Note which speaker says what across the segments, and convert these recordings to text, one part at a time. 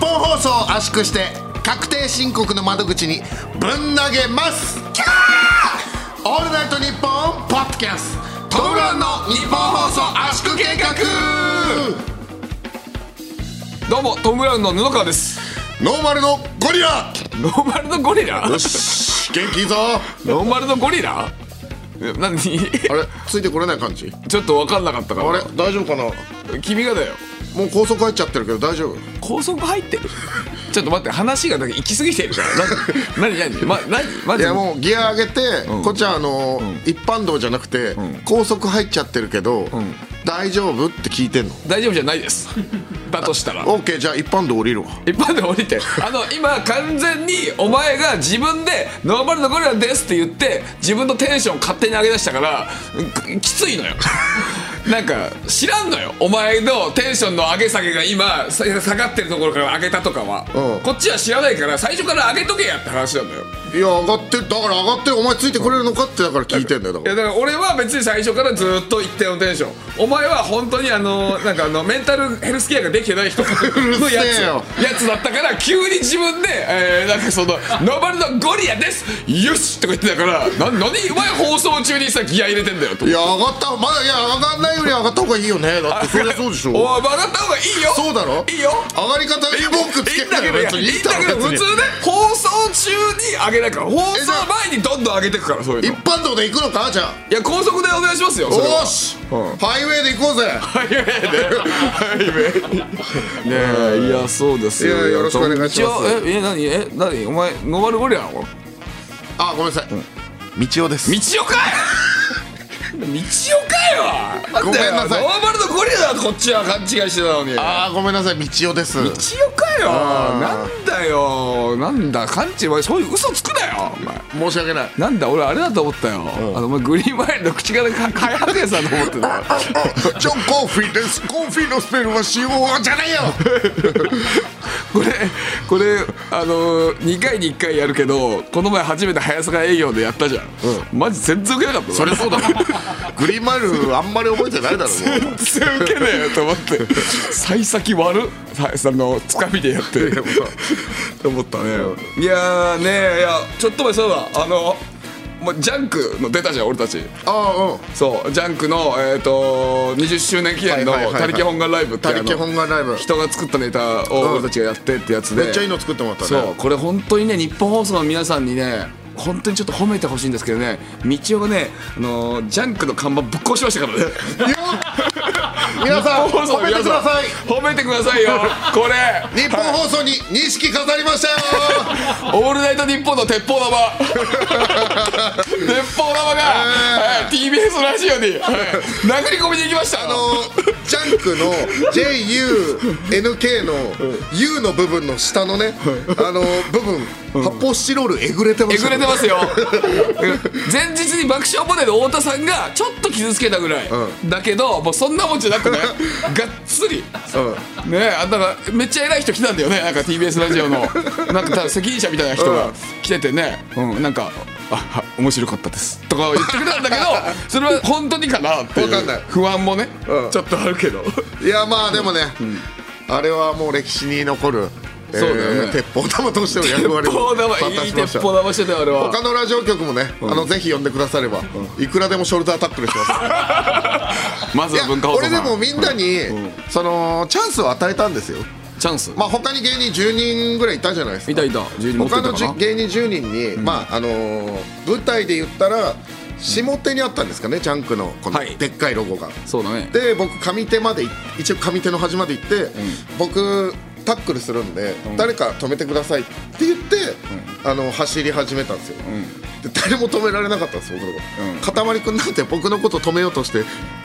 Speaker 1: 本放送を圧縮して確定申告の窓口にぶん投げますキャーオールナイトニッポンポッドキャストトムブラウンの日本放送圧縮計画
Speaker 2: どうもトム・ブラウンの布川です
Speaker 1: ノーマルのゴリラ
Speaker 2: ノーマルのゴリラ
Speaker 1: よし元気いいぞ
Speaker 2: ノーマルのゴリラえ何 ち
Speaker 1: あれついてこれない感じ
Speaker 2: ょっと分かんなかったか
Speaker 1: あれ
Speaker 2: ら
Speaker 1: 大丈夫かな
Speaker 2: 君がだよ
Speaker 1: もう高速入っちゃってるけど大丈夫
Speaker 2: 高速入ってるちょっと待って話がなんか行き過ぎてるからな何何 ま何マ
Speaker 1: い
Speaker 2: ジ
Speaker 1: やもうギア上げて、こっちはあのー一般道じゃなくて、高速入っちゃってるけど、大丈夫って聞いてんの
Speaker 2: 大丈夫じゃないですだとしたら
Speaker 1: OK じゃあ一般道降りるわ
Speaker 2: 一般で降りてあの今完全にお前が自分で「ノーマルのゴリラです」って言って自分のテンション勝手に上げ出したからくきついのよ なんか知らんのよお前のテンションの上げ下げが今さ下がってるところから上げたとかは、
Speaker 1: うん
Speaker 2: こっちは知らないから最初から上げとけやって話なんだよ
Speaker 1: いや上がってるだから上がってるお前ついてくれるのかってだから聞いてんだよだ
Speaker 2: い
Speaker 1: か
Speaker 2: や
Speaker 1: ら
Speaker 2: だから俺は別に最初からずっと一定のテンションお前は本当にあのなんかあのメンタルヘルスケアができてない人のや
Speaker 1: うるせ
Speaker 2: つ
Speaker 1: えよ
Speaker 2: やつだったから急に自分で、えーなんかその「ノーマルのゴリラですよし!」とか言ってたからな何お前放送中にさギア入れてんだよと
Speaker 1: いや上がったまだいや上がんないより上がった方がいいよねだってそれそうでしょ
Speaker 2: お い曲がった方がいいよ
Speaker 1: そうだろ
Speaker 2: いいよ
Speaker 1: 上がり方に文句つ
Speaker 2: い
Speaker 1: け
Speaker 2: い
Speaker 1: ん
Speaker 2: ん
Speaker 1: な
Speaker 2: だけ
Speaker 1: よ
Speaker 2: どいや
Speaker 1: 別
Speaker 2: い
Speaker 1: に
Speaker 2: いんだけど
Speaker 1: 別
Speaker 2: 普
Speaker 1: に
Speaker 2: 通ね放送中に上げないから放
Speaker 1: えじ
Speaker 2: 送
Speaker 1: ゃあ
Speaker 2: 前にどんどん上げてくからそういう
Speaker 1: 一
Speaker 2: の
Speaker 1: 般道で行くのかじゃあ
Speaker 2: いや高速でお願いしますよそれは
Speaker 1: おーし、ハイウェイで行こうぜ
Speaker 2: ハイウェイで。ハイウェイ。ねえ、いや、そうですよ。
Speaker 1: いやよろしくお願いします
Speaker 2: 一応え、え、何、え、何、お前、ノーマルゴリラなの。道
Speaker 1: あごめんなさい、道夫です
Speaker 2: 夫かい。道夫かよ。
Speaker 1: ごめんなさい
Speaker 2: ノーマルのゴリラだとこっちは勘違いしてたのに。道
Speaker 1: あーごめんなさい道夫です
Speaker 2: 夫かよ。なんだよ。なんだ、勘違い、お前、そういう嘘つくなよ。お
Speaker 1: 申
Speaker 2: 前。
Speaker 1: し訳 ない
Speaker 2: なんだ俺あれだと思ったよ、あのお前グリーンマイルの口からか開発屋さんと思って たよ
Speaker 1: ジョン・コーフィーですコーフィーのスペルは COO じゃないよ
Speaker 2: これこれあのー、2回に1回やるけどこの前初めて早坂営業でやったじゃん、マジ全然ウケなかったそ
Speaker 1: そりゃそうだもんグリーンマイルあんまり覚えてないだろうもう
Speaker 2: 全然ウケねえよと思って幸先悪っさそのつかみで やってと思ったねいやーねえいやちょっと前そうだあのもうジャンクの出たじゃん俺たち
Speaker 1: あ
Speaker 2: そうジャンクの、えー、と20周年記念の
Speaker 1: はいはい
Speaker 2: 「
Speaker 1: はいはい
Speaker 2: 他力本願ライブ」って
Speaker 1: 他
Speaker 2: いうあ
Speaker 1: 力
Speaker 2: の
Speaker 1: 本願ライブ
Speaker 2: 人が作ったネタを俺たちがやってってやつで、
Speaker 1: めっちゃいいの作ってもらったね
Speaker 2: そうこれ本当にね日本放送の皆さんにね本当にちょっと褒めてほしいんですけどね道夫がね、あのージャンクの看板ぶっ壊しましたからね
Speaker 1: 皆さん
Speaker 2: 日本放送
Speaker 1: 褒
Speaker 2: の
Speaker 1: めて
Speaker 2: 皆
Speaker 1: ください
Speaker 2: 褒めてくださいよこれ
Speaker 1: 日本放送に錦飾りましたよ
Speaker 2: オールナイトニッポンの鉄砲玉 鉄砲玉が、はい TBS ラジオに、はい殴り込みに行きました
Speaker 1: あのジャンクの JUNK の U の部分の下のねあの部分発泡スチロールえぐれてま
Speaker 2: え
Speaker 1: し
Speaker 2: ぐ
Speaker 1: た
Speaker 2: れ
Speaker 1: ね
Speaker 2: て ますよ前日に爆笑モデル太田さんがちょっと傷つけたぐらい、だけどもうそんなもんじゃな くねがっつり、ねえあだからめっちゃ偉い人来たんだよねなんか TBS ラ ジオのなんか多分責任者みたいな人が来ててね、うん、なんか「あは面白かったです」とか言ってくれたん だけどそれは本当にかなってい
Speaker 1: わかんないう
Speaker 2: 不安もね、
Speaker 1: うん
Speaker 2: ちょっとある けど
Speaker 1: いやまあでもねあれはもう歴史に残るえー
Speaker 2: そうだよね
Speaker 1: 鉄砲玉としての役割
Speaker 2: 鉄
Speaker 1: を
Speaker 2: 砲
Speaker 1: 果
Speaker 2: 玉
Speaker 1: た
Speaker 2: いい
Speaker 1: しまし
Speaker 2: 鉄
Speaker 1: た
Speaker 2: 砲玉してたよあれは
Speaker 1: 他のラジオ局もね、あのぜひ呼んでくだされば、いくらでもショルダータックル します
Speaker 2: まず
Speaker 1: いや
Speaker 2: は文化放送
Speaker 1: 俺で
Speaker 2: さん
Speaker 1: もみんなに、そのチャンスを与えたんですよ
Speaker 2: チャンス、
Speaker 1: まあ他に芸人10人ぐらいいたじゃないですか
Speaker 2: いたいた12持って
Speaker 1: 他
Speaker 2: たか
Speaker 1: の
Speaker 2: な
Speaker 1: じ芸人10人に、まああのー舞台で言ったら下手にあったんですかねジャンクのこの
Speaker 2: はい
Speaker 1: でっかいロゴが、
Speaker 2: そうだね
Speaker 1: で僕上手までい一応上手の端まで行って、僕タックルするんで、誰か止めてくださいって言って、あの走り始めたんですよ、で誰も止められなかったんです僕のこと、
Speaker 2: うん
Speaker 1: かたまりくんなんて僕のこと止めようとして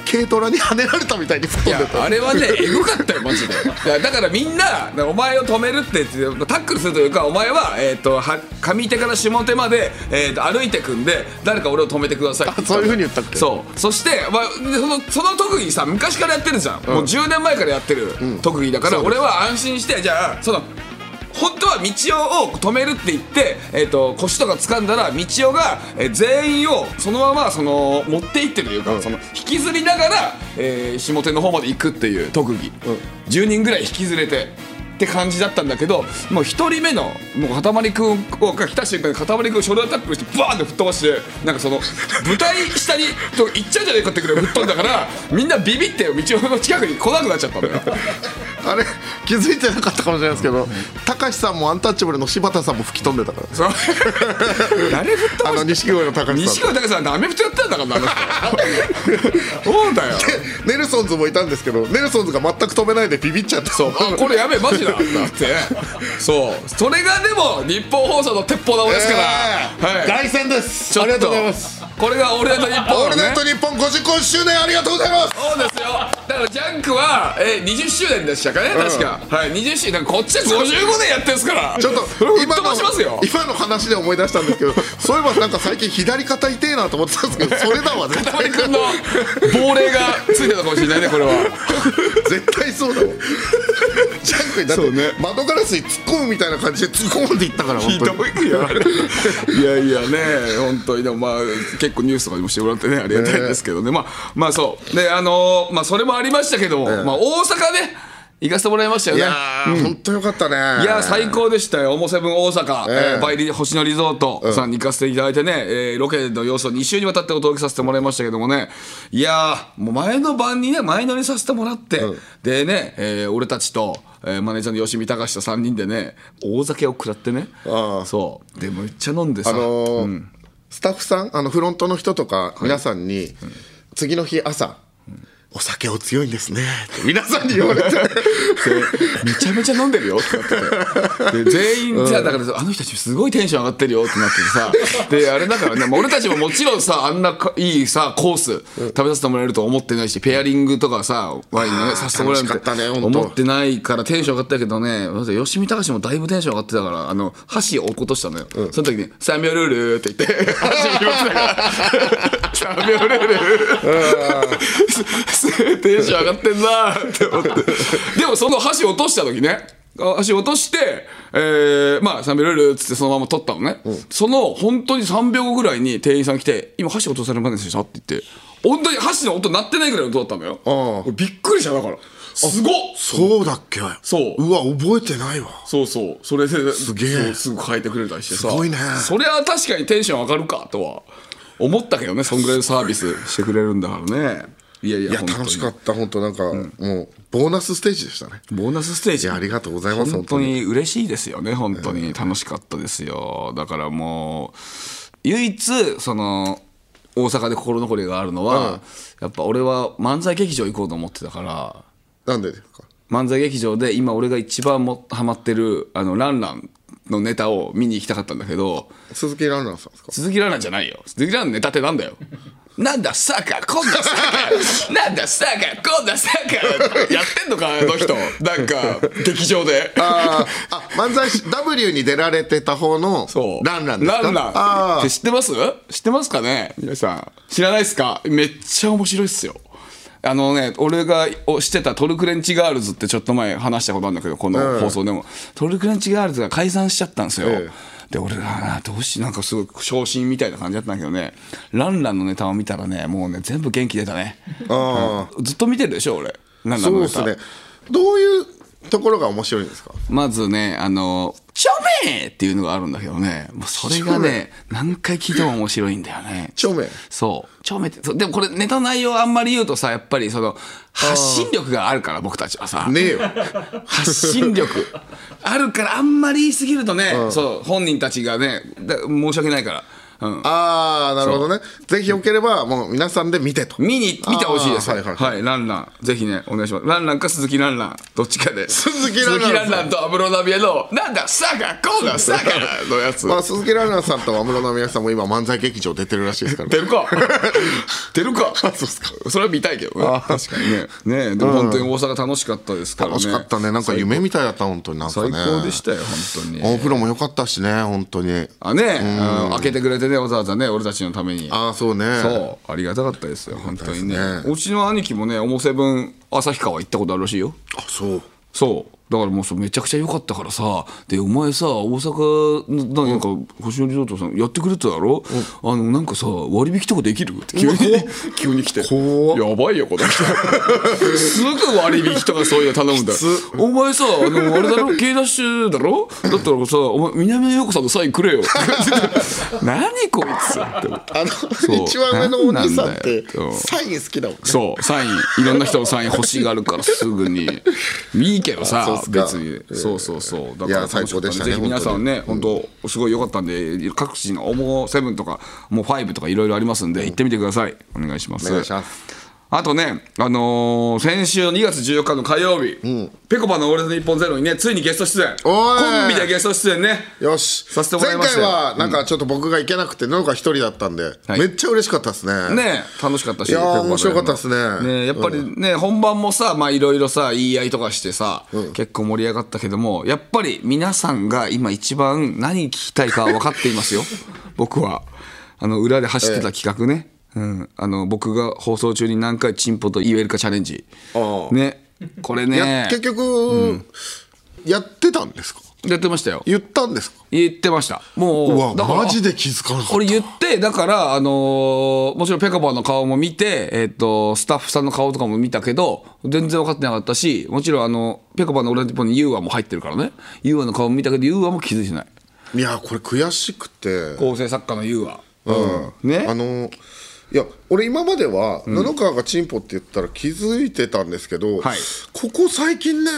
Speaker 1: 軽トラに跳ねられたみたいに吹っ飛
Speaker 2: い
Speaker 1: ん
Speaker 2: や
Speaker 1: でた
Speaker 2: あれはねエグかったよマジでいやだからみんなお前を止めるって言ってタックルするというかお前は,、えー、とは上手から下手まで、えー、と歩いてくんで誰か俺を止めてくださいって言
Speaker 1: あそういう風に言ったっけ
Speaker 2: そうそして、まあ、でそのその特技さ昔からやってるじゃん、もう10年前からやってる特技だから、俺は安心してじゃあその本当は道夫を止めるって言って、えー、と腰とか掴んだら道夫が、えー全員をそのままその持っていってるというか、その引きずりながら、えー下手の方まで行くっていう特技、10人ぐらい引きずれてって感じだったんだけどもう一人目のもうかたまりくんが来た瞬間にかたまりくんをショルダータックルしてバーンって吹っ飛ばしてなんかその舞台下にと行っちゃうんじゃねえかってくらい吹っ飛んだからみんなビビって道の近くに来なくなっちゃったんだよ。
Speaker 1: あれ気づいてなかったかもしれないですけどたかしさんもアンタッチャブルの柴田さんも吹き飛んでたから
Speaker 2: そう誰吹っ飛
Speaker 1: あ
Speaker 2: ば
Speaker 1: の
Speaker 2: し
Speaker 1: 錦鯉の高橋
Speaker 2: 西
Speaker 1: さん
Speaker 2: 川隆さん、アメフトやってたんだからな、あの人そうだよ。
Speaker 1: ネルソンズもいたんですけどネルソンズが全く飛べないでビビっちゃった
Speaker 2: そうあこれやべえマジだってそうそれがでも日本放送の鉄砲玉ですから、
Speaker 1: えー
Speaker 2: はい
Speaker 1: 凱旋です
Speaker 2: ちょっ
Speaker 1: ありがとうございます
Speaker 2: これが俺らと日本
Speaker 1: オー
Speaker 2: の
Speaker 1: ル
Speaker 2: ね
Speaker 1: ナイトニッポン55周年ありがとうございます
Speaker 2: そうですよだからジャンクは、えー、20周年でしたかね確か、はい20周年だからこっちは55年やってるんですから
Speaker 1: ちょっと
Speaker 2: それを吹っ飛ばしますよ
Speaker 1: 今の話で思い出したんですけどそういえばなんか最近左肩痛えなと思ってたんですけ どそれだわ絶
Speaker 2: たま
Speaker 1: 対
Speaker 2: りくんの亡霊がついてたかもしれないねこれは
Speaker 1: 絶対そう だわジャンクにだって、
Speaker 2: そうね
Speaker 1: 窓ガラスに突っ込むみたいな感じで突っ込んでいったから本
Speaker 2: ひど
Speaker 1: 当に
Speaker 2: いやあれいやいやね本当にでもまあ結構ニュースとかにもしてもらってねありがたいですけどね、まあまあそうであのーまあそれもありましたけども、まあ大阪ね行かせてもらいましたよ
Speaker 1: い
Speaker 2: ね
Speaker 1: やー、本当よかったね
Speaker 2: いやー最高でしたよ、オモセブン大阪、え
Speaker 1: ええ
Speaker 2: ーバイリ星野リゾートさんに行かせていただいてね、えーロケの様子を2週にわたってお届けさせてもらいましたけどもね、いやー、もう前の晩にね、前乗りさせてもらって、でね、えー俺たちと、えーマネージャーの吉見隆と3人でね、大酒を食らってね
Speaker 1: あ、あ
Speaker 2: そう、で、めっちゃ飲んでさ、
Speaker 1: あのースタッフさんあのフロントの人とか皆さんに、次の日朝、お酒お強いんですねって皆さんに言われ て
Speaker 2: めちゃめちゃ飲んでるよってなっててで全員じゃあだからあの人たちすごいテンション上がってるよってなっててさであれだからね、まあ俺たちももちろんさあんなかいいさコース食べさせてもらえると思ってないしペアリングとかさワインのねさせてもらえる
Speaker 1: 楽しかったね本当
Speaker 2: 思ってないからテンション上がったけどねまず吉見隆もだいぶテンション上がってたからあの箸を落っことしたのよ、その時に「サンミョルール」って言って箸拾ってたから「サンミョルール」す すテンション上がってんなーって思ってでもその箸落とした時ねあ箸落として、えー、まあ3秒ルールっつってそのまま取ったのね、その本当に3秒後ぐらいに店員さん来て今箸落とされませんでしたって言って本当に箸の音鳴ってないぐらいの音だったのよ
Speaker 1: ああ
Speaker 2: 俺びっくりしただからすごっ
Speaker 1: そうだっけ
Speaker 2: そう
Speaker 1: うわ覚えてないわ
Speaker 2: そうそうそれです
Speaker 1: すげえ
Speaker 2: すぐ変えてくれたりしてさ
Speaker 1: すごいね
Speaker 2: それは確かにテンション上がるかとは思ったけどねそんぐらいのサービスしてくれるんだからねいやいや
Speaker 1: いや
Speaker 2: 本当に
Speaker 1: 楽しかった本当なんか、もうボーナスステージでしたね
Speaker 2: ボーナスステージ
Speaker 1: いやありがとうございます
Speaker 2: 本当に嬉しいですよね本当に楽しかったですよだからもう唯一その大阪で心残りがあるのは、やっぱ俺は漫才劇場行こうと思ってたから
Speaker 1: なんでですか
Speaker 2: 漫才劇場で今俺が一番もハマってるあのランランのネタを見に行きたかったんだけど
Speaker 1: 鈴木蘭蘭さんですか
Speaker 2: 鈴木ランナじゃないよ鈴木ランナネタってなんだよ なんだサーカーこんなサーカー なんだサーカーこんなサーカー やってんのかあの人なんか劇場で
Speaker 1: あーあ漫才師 W に出られてた方の
Speaker 2: そう。
Speaker 1: ランランですか
Speaker 2: ランラン
Speaker 1: あ
Speaker 2: って知ってます知ってますかね皆さん。知らないですかめっちゃ面白いっすよ。あのね、俺が推してたトルクレンチガールズってちょっと前話したことあるんだけど、この放送でも。トルクレンチガールズが解散しちゃったんですよ。
Speaker 1: え
Speaker 2: で、俺が、あーどうし、なんかすごい昇進みたいな感じだったんだけどね、ランランのネタを見たらね、もうね、全部元気出たね。
Speaker 1: ああ
Speaker 2: ずっと見てるでしょ、俺。ラン
Speaker 1: ー
Speaker 2: ラン
Speaker 1: そう
Speaker 2: の
Speaker 1: で
Speaker 2: ネ
Speaker 1: す
Speaker 2: タ。
Speaker 1: ねどういうところが面白いんですか
Speaker 2: まずね、あの、チョメーっていうのがあるんだけどね、もうそれがね、何回聞いても面白いんだよね。
Speaker 1: 著名
Speaker 2: そう。チョメって、そうでもこれネタ内容あんまり言うとさ、やっぱりその、発信力があるから僕たちはさ。
Speaker 1: ねえよ
Speaker 2: 発信力あるからあんまり言いすぎるとね、そう、本人たちがね、だ申し訳ないから。うん。
Speaker 1: ああなるほどねぜひよければもう皆さんで見てと
Speaker 2: 見に、見てほしいです。
Speaker 1: あー
Speaker 2: はい、
Speaker 1: はいはい
Speaker 2: ランラン。ぜひね、お願いします。ランランか鈴木ランラン。どっちかで。
Speaker 1: 鈴木ランラン
Speaker 2: 鈴木ランランとアブロナビエの、なんだ、サーガー、コーナー、サーガーのやつ。
Speaker 1: まあ、鈴木蘭蘭さんと安室奈美恵さんも今漫才劇場出てるらしいですから
Speaker 2: 出るか 出るか
Speaker 1: そうっすか
Speaker 2: それは見たいけどね確かにねねえでも本当に大阪楽しかったですからね
Speaker 1: 楽しかったねなんか夢みたいだった本当になんか
Speaker 2: 最
Speaker 1: ね
Speaker 2: 高でしたよ本当に
Speaker 1: お風呂も良かったしね本当に
Speaker 2: あねあの開けてくれてねわざわざね俺たちのために
Speaker 1: ああそうね
Speaker 2: そうありがたかったですよ本当にね
Speaker 1: ありがたいです
Speaker 2: うちの兄貴もね「おもせぶん」旭川行ったことあるらしいよ
Speaker 1: あそう
Speaker 2: そうだからもうそめちゃくちゃ良かったからさでお前さ大阪のなんか星野リゾートさんやってくれてただろ、あのなんかさ割引とかできるって急に 急に来て
Speaker 1: 怖っ
Speaker 2: やばいよこの人すぐ割引とかそういうの頼むんだよお前さあのあれだろ K ダッシュだろだったらさお前南野陽子さんのサインくれよ何こいつって思って
Speaker 1: あ
Speaker 2: う
Speaker 1: の一番上のお兄さんって
Speaker 2: なんなんだよ
Speaker 1: サイン好きだもんね
Speaker 2: そうサインいろんな人のサイン欲しがるからすぐ にいいけ
Speaker 1: そ
Speaker 2: ど
Speaker 1: う
Speaker 2: さ
Speaker 1: っすか
Speaker 2: 別にそうそうそうだ
Speaker 1: いや
Speaker 2: 楽かった
Speaker 1: 最高でしたね
Speaker 2: ぜひ皆さんね本当すごい良かったんで各地のオモセブンとかもうファイブとかいろいろありますんで行ってみてくださいお願いします
Speaker 1: お願いします
Speaker 2: あとね、あのー先週の2月14日の火曜日、ぺこぱの「オールナイトニッポンゼロにねついにゲスト出演
Speaker 1: おい
Speaker 2: コンビでゲスト出演ね
Speaker 1: よし
Speaker 2: させてもらいましたよ
Speaker 1: 前回はなんかちょっと僕が行けなくてなんか一人だったんで、
Speaker 2: はい
Speaker 1: めっちゃ嬉しかったですね
Speaker 2: ね楽しかったし
Speaker 1: いやー
Speaker 2: ペコパの
Speaker 1: 面白かったっすね
Speaker 2: やっぱりね、本番もさまあいろいろさ言い合いとかしてさ、結構盛り上がったけどもやっぱり皆さんが今一番何聞きたいか分かっていますよ 僕はあの裏で走ってた企画ね、うん、あの僕が放送中に何回チンポと言えるかチャレンジ
Speaker 1: ああ
Speaker 2: ねこれ
Speaker 1: や
Speaker 2: ね
Speaker 1: 結局、やってたんですか
Speaker 2: やってましたよ
Speaker 1: 言ったんですか
Speaker 2: 言ってましたもう
Speaker 1: うわ
Speaker 2: だから
Speaker 1: マジで気づかなかった
Speaker 2: 俺言ってだから、あのーもちろんぺこぱの顔も見て、えっとスタッフさんの顔とかも見たけど全然分かってなかったしもちろんあのぺこぱの俺のとこにユーアも入ってるからねユーアの顔も見たけどユーアも気づいてない
Speaker 1: いやこれ悔しくて
Speaker 2: 構成作家のユーア、うん、ね
Speaker 1: あのいや俺今までは布川がチンポって言ったら気づいてたんですけど、
Speaker 2: はい
Speaker 1: ここ最近ね、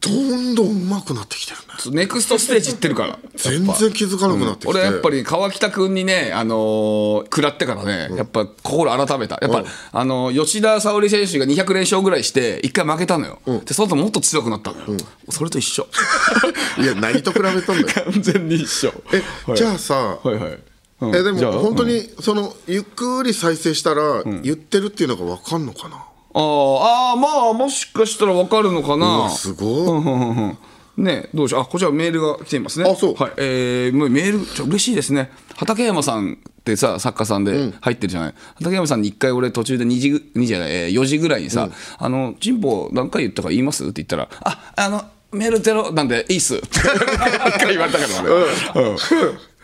Speaker 1: どんどん上手くなってきてるね
Speaker 2: ネクストステージ行ってるから
Speaker 1: 全然気づかなくなってきて、
Speaker 2: 俺やっぱり川北君にね、あのー食らってからね、やっぱ心改めた、やっぱ、あのー吉田沙保里選手が200連勝ぐらいして、1回負けたのよ、でその後もっと強くなったのよ、それと一 緒、
Speaker 1: いや何と比べ たんだよ
Speaker 2: 完全に一緒。
Speaker 1: え、じゃあさ、
Speaker 2: はいはいうん
Speaker 1: えで
Speaker 2: じゃあ
Speaker 1: も本当に、そのゆっくり再生したら、言ってるっていうのが分かんのかな、
Speaker 2: あーあー、まあ、もしかしたら分かるのかな。
Speaker 1: すごい、
Speaker 2: ねどうしようあこちらメールが来ていますね
Speaker 1: あそう
Speaker 2: はいえー、もうメールちょ嬉しいですね畠山さんってさ作家さんで入ってるじゃない、畠山さんに一回俺途中で2時ぐ2時じゃない、えー、4時ぐらいにさ「あのチンポ何回言ったか言います?」って言ったら「ああのメールゼロなんでいいっ す」って一回言われたから俺、うん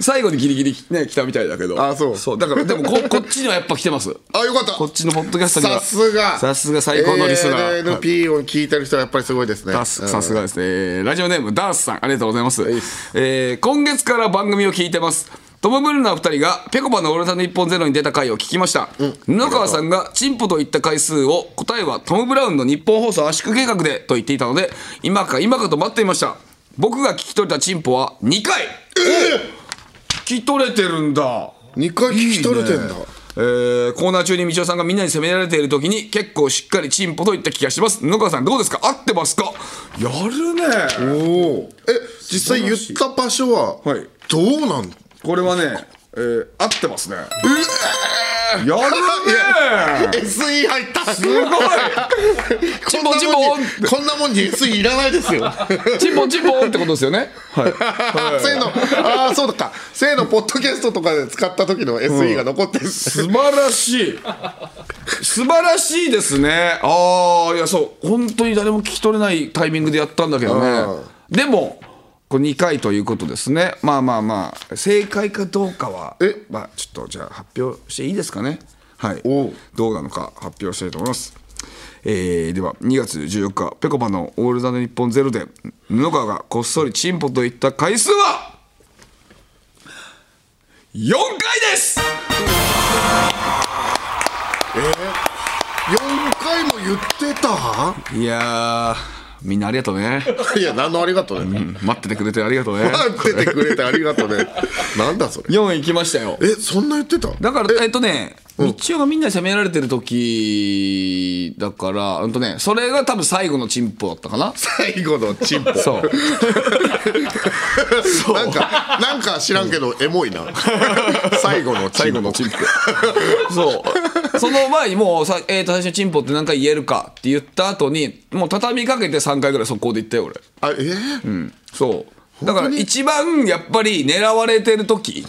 Speaker 2: 最後にギリギリね来たみたいだけど
Speaker 1: あそう
Speaker 2: そうだからでも ここっちにはやっぱ来てます
Speaker 1: あよかった
Speaker 2: こっちのポッドキャストには
Speaker 1: さすが
Speaker 2: さすが最高のリスナー、
Speaker 1: ANP を聞いてる人はやっぱりすごいですね
Speaker 2: ダースさすがですね、えーラジオネームダースさんありがとうございます、えー今月から番組を聞いてますトム・ブルーのお二人がぺこぱの「オールナイトニッポンゼロに出た回を聞きました、布川さんが「チンポ」と言った回数を答えはトム・ブラウンの日本放送圧縮計画でと言っていたので今か今かと待っていました僕が聞き取れたチンポは2回聞き取れてるんだ
Speaker 1: 2回聞き取れてんだ
Speaker 2: えーコーナー中に道夫さんがみんなに責められている時に結構しっかりチンポと言った気がします布川さんどうですか合ってますかやるね
Speaker 1: おおえ実際言った場所は
Speaker 2: はい
Speaker 1: どうなん
Speaker 2: これはね、えー合ってますねやるね
Speaker 1: SE 入ったす
Speaker 2: すごいチンポチンポン
Speaker 1: こんなもんに SE いらないです よ
Speaker 2: チンポチンポンってことですよねはい
Speaker 1: せーのああそうだったせーのポッドキャストとかで使った時の SE が残ってる
Speaker 2: 素晴らしい素晴らしいですねああいやそう本当に誰も聞き取れないタイミングでやったんだけどねでもこれ2回ということですねまあまあまあ正解かどうかは
Speaker 1: え
Speaker 2: まあちょっとじゃあ発表していいですかねはい
Speaker 1: おう
Speaker 2: どうなのか発表したいと思いますえーでは2月14日ぺこぱの「オールナイトニッポンゼロで布川がこっそりチンポといった回数は4回です
Speaker 1: 4回も言ってた
Speaker 2: いやーみんなありがとうね、
Speaker 1: いや何のありがとうね
Speaker 2: うん待っててくれてありがとう ね
Speaker 1: 待っててくれてありがとうねなんだそれ
Speaker 2: 4位来ましたよ
Speaker 1: えそんな言ってた
Speaker 2: だからえっとね道夫がみんなに責められてる時だからうんとねそれが多分最後のチンポだったかな
Speaker 1: 最後のチンポ
Speaker 2: そう
Speaker 1: なんかなんか知らんけどエモ いな最後のチンポ
Speaker 2: ンポ そうその前にもうさ、えー、と最初にチンポって何回言えるかって言った後にもう畳みかけて3回ぐらい速攻で言ったよ俺
Speaker 1: あえー
Speaker 2: そうだから一番やっぱり狙われてる時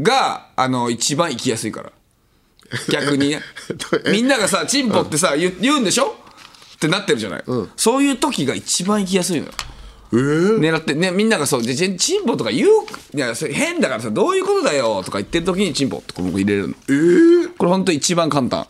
Speaker 2: があの一番行きやすいから逆にね
Speaker 1: え
Speaker 2: みんながさチンポってさ、言う言うんでしょってなってるじゃない、そういう時が一番行きやすいのよ
Speaker 1: えー
Speaker 2: 狙ってねみんながそうでチンチンポとか言ういやそれ変だからさどういうことだよとか言ってる時にチンポってこの子入れるの
Speaker 1: えー
Speaker 2: これ本当一番簡単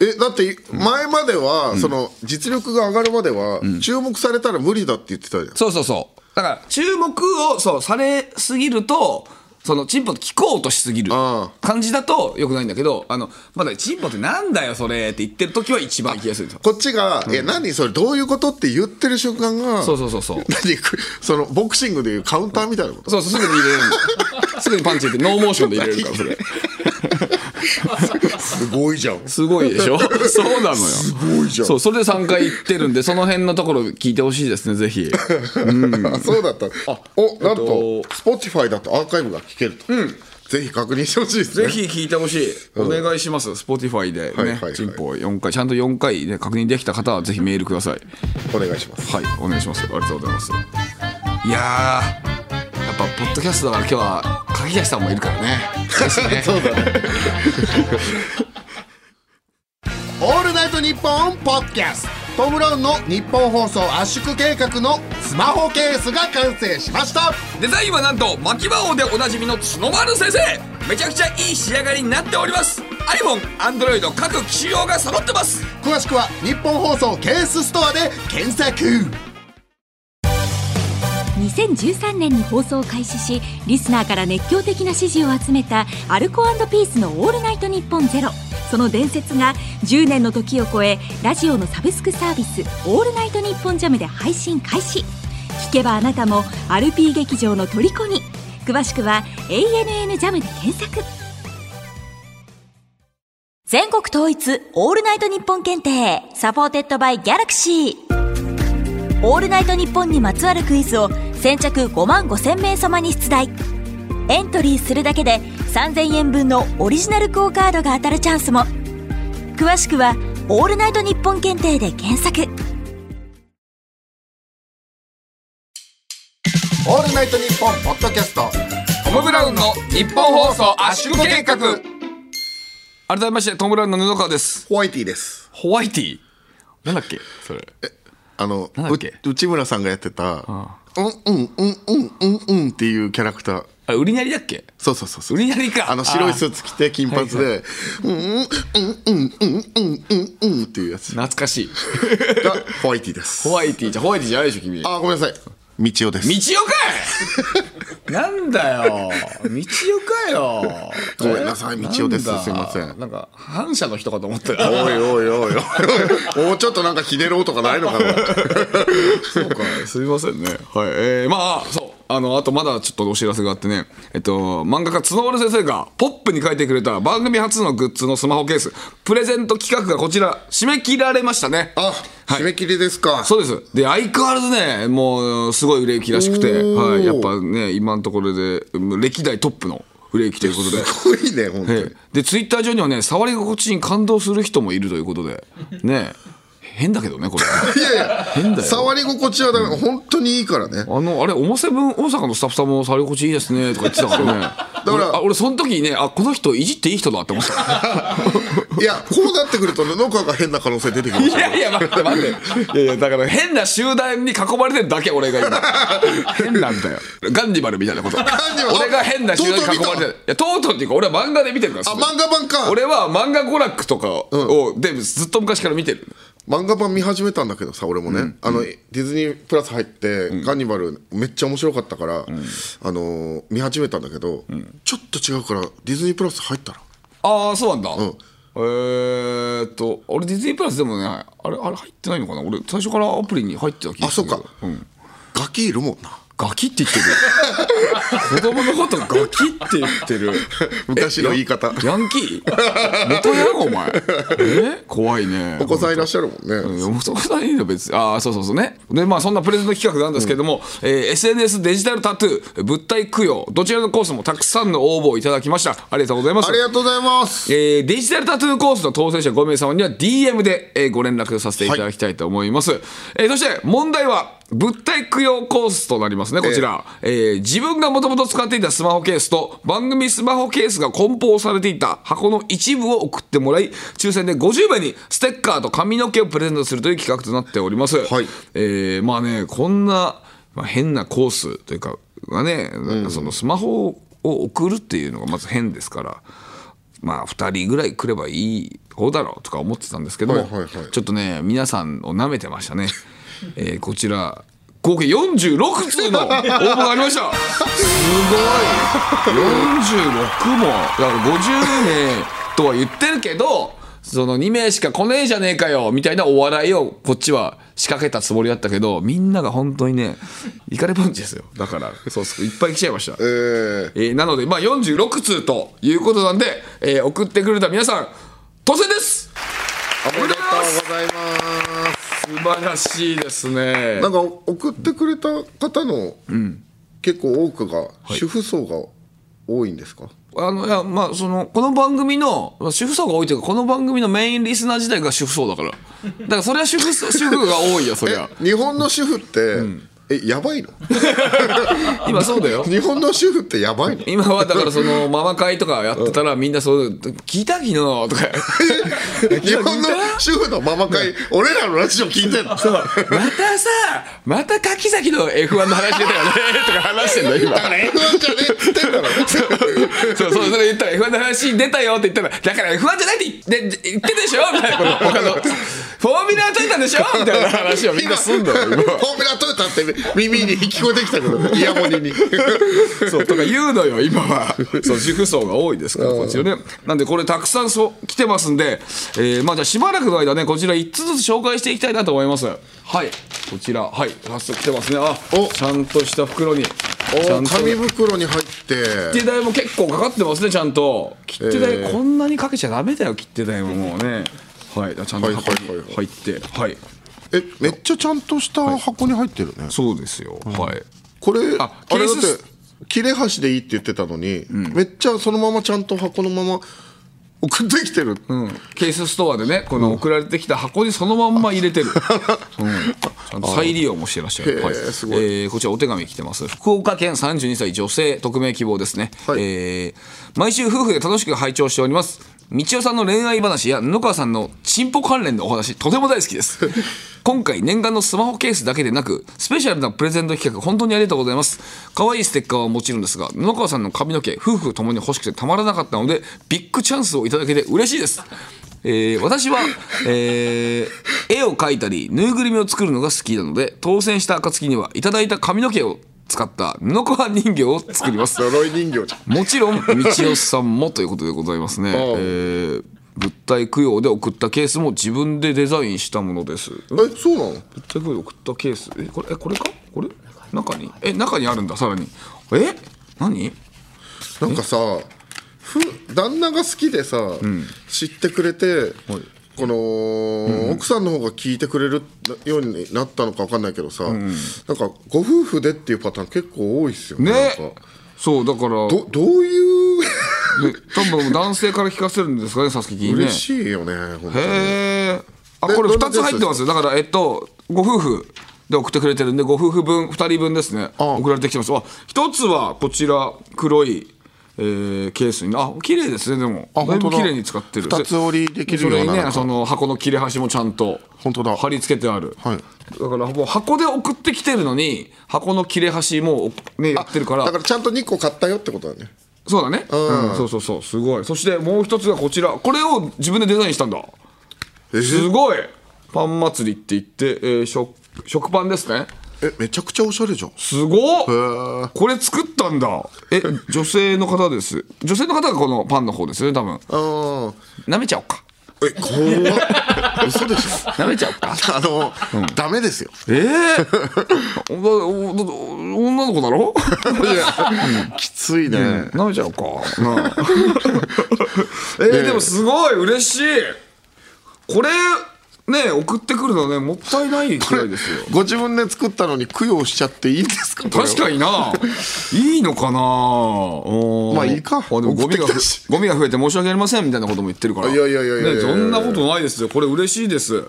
Speaker 1: えだって前までは、その実力が上がるまでは、注目されたら無理だって言ってたじゃん
Speaker 2: そうそうそうだから注目をそうされすぎるとそのチンポって聞こうとしすぎる
Speaker 1: あ
Speaker 2: 感じだとよくないんだけどあのまだチンポってなんだよそれって言ってる時は一番行きやすいんですよ
Speaker 1: こっちが、え何それどういうことって言ってる瞬間が
Speaker 2: そうそうそうそう
Speaker 1: 何 これそのボクシングでいうカウンターみたいなこと
Speaker 2: そうそうすぐに入れる のすぐにパンチ入れてノーモーションで入れるからそれ
Speaker 1: すごい じゃん
Speaker 2: すごいでしょそうなのよす
Speaker 1: ごいじゃん
Speaker 2: そうそれで3回行ってるんでその辺のところ聞いてほしいですねぜひ
Speaker 1: あそうだったおなんと、
Speaker 2: えっ
Speaker 1: Spotify だとアーカイブが聞けると、ぜひ確認してほしいですね
Speaker 2: ぜひ聞いてほしいお願いします Spotify で
Speaker 1: はいはい
Speaker 2: ね
Speaker 1: はい
Speaker 2: チンポ4回ちゃんと4回ね確認できた方はぜひメールください
Speaker 1: お願いします
Speaker 2: はい、お願いします。ありがとうございます。いやー、やっぱポッドキャストだから今日は鍵崎さんもいるからね。
Speaker 1: そうだねオールナイトニッポンポッドキャストトム・ブラウンの日本放送圧縮計画のスマホケースが完成しました
Speaker 2: デザインはなんと牧場王でおなじみの角丸先生。めちゃくちゃいい仕上がりになっております。iPhone、Android 各機種用が揃ってます。
Speaker 1: 詳しくは日本放送ケースストアで検索
Speaker 3: 2013年に放送を開始しリスナーから熱狂的な支持を集めたアルコピースの「オールナイトニッポンゼロその伝説が10年の時を超えラジオのサブスクサービス「オールナイトニッポンジャムで配信開始聞けばあなたもアルピー劇場の虜に詳しくは「ANN ジャムで検索全国統一オールナイトニッポン検定サポーテッドバイギャラクシーオールナイトニッポンにまつわるクイズを先着5万5千名様に出題エントリーするだけで3000円分のオリジナル quo カードが当たるチャンスも詳しくは「オールナイトニッポン検定」で検索
Speaker 1: 「オールナイトニッポン」ポッドキャスト
Speaker 2: トム・ブラウンの日本放送圧縮計画。改めまして、トム・ブラウンの布川です。
Speaker 1: ホワイティです
Speaker 2: ホワイティなんだっけそれ。
Speaker 1: あの
Speaker 2: なんだっけ
Speaker 1: う内村さんがやってた「うんうんうんうんうんうん」っていうキャラクター
Speaker 2: あ、売りなりだっけ
Speaker 1: そうそうそうそう
Speaker 2: 売りなりか。
Speaker 1: あの白いスーツ着て金髪で「うんうんうんうんうんうんうん」っていうやつ
Speaker 2: 懐かしい。
Speaker 1: がホワイティです
Speaker 2: ホワイティじゃ、ホワイティじゃないでしょ、君。
Speaker 1: あごめんなさい道夫です
Speaker 2: 道代かいなんだよ道代かよ
Speaker 1: ごめんなさい道代です
Speaker 2: なんだ
Speaker 1: すいません
Speaker 2: なんか反社の人かと思った
Speaker 1: おい
Speaker 2: よ
Speaker 1: おいおいおいもうちょっとなんかひねろうとかないのかな
Speaker 2: そうかすいませんねはいえー、まあそうあのあとまだちょっとお知らせがあってねえっと漫画家角丸先生がポップに書いてくれた番組初のグッズのスマホケースプレゼント企画がこちら締め切られましたね
Speaker 1: あ
Speaker 2: はい
Speaker 1: 締め切りですか
Speaker 2: そうです。で、相変わらずね、もう、すごい売れ行きらしくて、
Speaker 1: おー
Speaker 2: はい、やっぱね、今のところで、歴代トップの売れ行きということで。
Speaker 1: すごいね本当に
Speaker 2: ええで、ツイッター上にはね、触り心地に感動する人もいるということで、ね、変だけどね、こ れ。
Speaker 1: いやいや
Speaker 2: 変だよ
Speaker 1: 触り心地はだから本当にいいからね
Speaker 2: あの、あれ、表セブン大阪のスタッフさんも触り心地いいですね、とか言ってたからね。
Speaker 1: そうだから
Speaker 2: 俺あ俺、その時にね、あ、この人、いじっていい人だって思った。
Speaker 1: いやこうなってくると農家が変な可能性出てきま
Speaker 2: い
Speaker 1: すよ
Speaker 2: やいや、待って待って。 いやいや、だから変な集団に囲まれてるだけ、俺が今。 変なんだよ。ガンディバルみたいなこと。
Speaker 1: ンディバル
Speaker 2: 俺が変な集団に囲まれてる。いや、とうとうっていうか、俺は漫画で見てるから。
Speaker 1: あ漫画版か
Speaker 2: 俺は漫画娯楽とかを、で、ずっと昔から見てる。
Speaker 1: 漫画版見始めたんだけどさ俺もね、あのディズニープラス入って、ガンニバルめっちゃ面白かったから、あのー見始めたんだけど、ちょっと違うからディズニープラス入ったら
Speaker 2: ああ、そうなんだ。
Speaker 1: ん
Speaker 2: えーっと、俺ディズニープラスでもね、あれ、あれ入ってないのかな俺、最初からアプリに入ってた気が
Speaker 1: あ
Speaker 2: す
Speaker 1: そ
Speaker 2: る
Speaker 1: うん
Speaker 2: だ
Speaker 1: か
Speaker 2: けど。、うん。
Speaker 1: ガキいるもんな
Speaker 2: ガキって言ってる。子供のことガキって言ってる。
Speaker 1: 昔の言い方
Speaker 2: ヤンキー元ヤン お前え怖いね
Speaker 1: お子さんいらっしゃるもんね、
Speaker 2: うんお子さんいいの別にああそうそうそうねでまあそんなプレゼント企画なんですけども、えー SNS デジタルタトゥー物体供養どちらのコースもたくさんの応募をいただきましたありがとうございます
Speaker 1: ありがとうございます
Speaker 2: えーデジタルタトゥーコースの当選者5名様には DM で、えーご連絡させていただきたいと思います、えーそして問題は物体供養コースとなりますねこちら、えー自分がもともと使っていたスマホケースと番組スマホケースが梱包されていた箱の一部を送ってもらい抽選で50名にステッカーと髪の毛をプレゼントするという企画となっております、
Speaker 1: はい
Speaker 2: えーまあねこんなまあ、変なコースというかがね、そのスマホを送るっていうのがまず変ですから。まあ、2人ぐらい来ればいい方だろうとか思ってたんですけども、
Speaker 1: はいはいはい
Speaker 2: ちょっとね皆さんを舐めてましたね、 えーこちら合計46通の応募があり ました
Speaker 1: すご
Speaker 2: 46もだから50名とは言ってるけどその2名しか来ねえじゃねえかよみたいなお笑いをこっちは仕掛けたつもりだったけどみんなが本当にねイカレパンチですよだからそうっすいっぱい来ちゃいました、え
Speaker 1: い。え
Speaker 2: ーなのでまあ46通ということなんで、えー送ってくれた皆さん当選です
Speaker 1: ー、おめでとうございます。
Speaker 2: 素晴らしいですね
Speaker 1: なんか送ってくれた方の、結構多くが、主婦層が多いんですか。
Speaker 2: あのいやまあそのこの番組のまあ主婦層が多いというかこの番組のメインリスナー自体が主婦層だからだからそれは主婦層主婦が多いよそりゃ
Speaker 1: え、日本の主婦って、え、やばいの。
Speaker 2: 今そうだよ
Speaker 1: 日本の主婦ってやばいの。
Speaker 2: 今はだからそのママ会とかやってたらみんなそう「聞いた昨日」とか
Speaker 1: 日本の主婦のママ会、俺らのラジオ聞いてんの。
Speaker 2: 「またさまた柿崎の F1 の話出たよね」とか話してんだよ今
Speaker 1: だから F1 じゃねえって言ってんだろ
Speaker 2: そうそうそれ言ったら F1 の話出たよって言ったら「だから F1 じゃないって言って言ってるでしょ」みたいなこと他の「フォーミュラー取れたんでしょ」みたいな話をみんなすんだよ
Speaker 1: フォーミ
Speaker 2: 今
Speaker 1: ュラトヨタって耳に聞こえてきたけ どイヤモニに
Speaker 2: そうとか言うのよ今 はそう主婦層が多いですからこちらねなんでこれたくさんそう来てますんで、えーまあじゃあしばらくの間ねこちら一つずつ紹介していきたいなと思いますはいこちらはい早速来てますねあ
Speaker 1: お
Speaker 2: ちゃんとした袋にちゃ
Speaker 1: お
Speaker 2: んと
Speaker 1: 紙
Speaker 2: 切
Speaker 1: 袋に入って
Speaker 2: 手代も結構かかってますねちゃんと切手代、
Speaker 1: えー
Speaker 2: こんなにかけちゃダメだよ切手代ももうねはいちゃん
Speaker 1: は
Speaker 2: と箱
Speaker 1: いはい
Speaker 2: に
Speaker 1: はいは
Speaker 2: 入ってはい
Speaker 1: えめっちゃちゃんとした箱に入ってるね、
Speaker 2: そうですよ、はい
Speaker 1: これ
Speaker 2: あ
Speaker 1: あれだっ
Speaker 2: ケース
Speaker 1: て切れ端でいいって言ってたのに、めっちゃそのままちゃんと箱のまま送ってきてる、
Speaker 2: うん、ケースストアでねこの送られてきた箱にそのまんま入れてる、 うん、ちゃんと再利用もしてらっしゃる、
Speaker 1: へーすごい
Speaker 2: えーこちらお手紙来てます福岡県32歳女性匿名希望ですね、
Speaker 1: はい
Speaker 2: えー毎週夫婦で楽しく拝聴しております道代さんの恋愛話や布川さんのチンポ関連のお話とても大好きです 今回念願のスマホケースだけでなくスペシャルなプレゼント企画本当にありがとうございます可愛いステッカーはもちろんですが布川さんの髪の毛夫婦ともに欲しくてたまらなかったのでビッグチャンスをいただけて嬉しいですえー私は、えー絵を描いたりぬいぐるみを作るのが好きなので当選した暁にはいただいた髪の毛を使った布川人形を作りま す
Speaker 1: 呪い人形じゃん
Speaker 2: もちろん道代さんもということでございます ね、えー物体供養で送ったケースも自分でデザインしたものです物
Speaker 1: えそうなの
Speaker 2: 体供養で送ったケースえこれえこれかこれ中にえ中にあるんださらにえ何
Speaker 1: なんかさふ旦那が好きでさ、知ってくれて、この、奥さんの方が聞いてくれるようになったのか分かんないけどさ、なんかご夫婦でっていうパターン結構多いっすよね
Speaker 2: ね
Speaker 1: なんか
Speaker 2: そうだから
Speaker 1: どどういう
Speaker 2: で多分男性から聞かせるんですかねさすきにね
Speaker 1: 嬉しいよね本当に
Speaker 2: へえ。あ、
Speaker 1: で
Speaker 2: これ
Speaker 1: どん
Speaker 2: 二
Speaker 1: な
Speaker 2: つ入ってますよ。だから、えっと、ご夫婦で送ってくれてるんで、ご夫婦分、二人分ですね。
Speaker 1: ああ
Speaker 2: 送られてきてます。あ、一つはこちら、黒い。えーケースにあ綺麗ですねでも
Speaker 1: あ本当だ
Speaker 2: だいぶ綺麗に使ってる
Speaker 1: 二つ折りできるような
Speaker 2: それに
Speaker 1: なん
Speaker 2: ね
Speaker 1: か
Speaker 2: その箱の切れ端もちゃんと
Speaker 1: 本当だ
Speaker 2: 貼り付けてある、
Speaker 1: はい
Speaker 2: だからもう箱で送ってきてるのに箱の切れ端もねやってるから
Speaker 1: だからちゃんと2個買ったよってことだね
Speaker 2: そうだね、うんそうそうそうすごいそしてもう一つがこちらこれを自分でデザインしたんだ
Speaker 1: え
Speaker 2: すごいパン祭りって言って、えー食食パンですね
Speaker 1: えめちゃくちゃおしゃれじゃん
Speaker 2: すごっ
Speaker 1: ー
Speaker 2: これ作ったんだえ女性の方です女性の方がこのパンの方ですよね多分
Speaker 1: ああ
Speaker 2: 舐めちゃおうか
Speaker 1: え 怖っ嘘でしょ
Speaker 2: 舐めちゃおうか
Speaker 1: あの、ダメですよ
Speaker 2: ええー、 おおお女の子だろ
Speaker 1: きついね、
Speaker 2: 舐めちゃおうか なあえーでもすごい嬉しいこれね送ってくるのねもったいないくらいですよ
Speaker 1: ご自分で作ったのに供養しちゃっていいんですか
Speaker 2: 確か
Speaker 1: に
Speaker 2: にな いいのかなおー
Speaker 1: まあいいか
Speaker 2: あでもゴミが
Speaker 1: 送ってき
Speaker 2: ふ
Speaker 1: たし
Speaker 2: ゴミが増えて申し訳ありませんみたいなことも言ってるから
Speaker 1: いやいやいやいやいや
Speaker 2: ねそんなことないですよこれ嬉しいです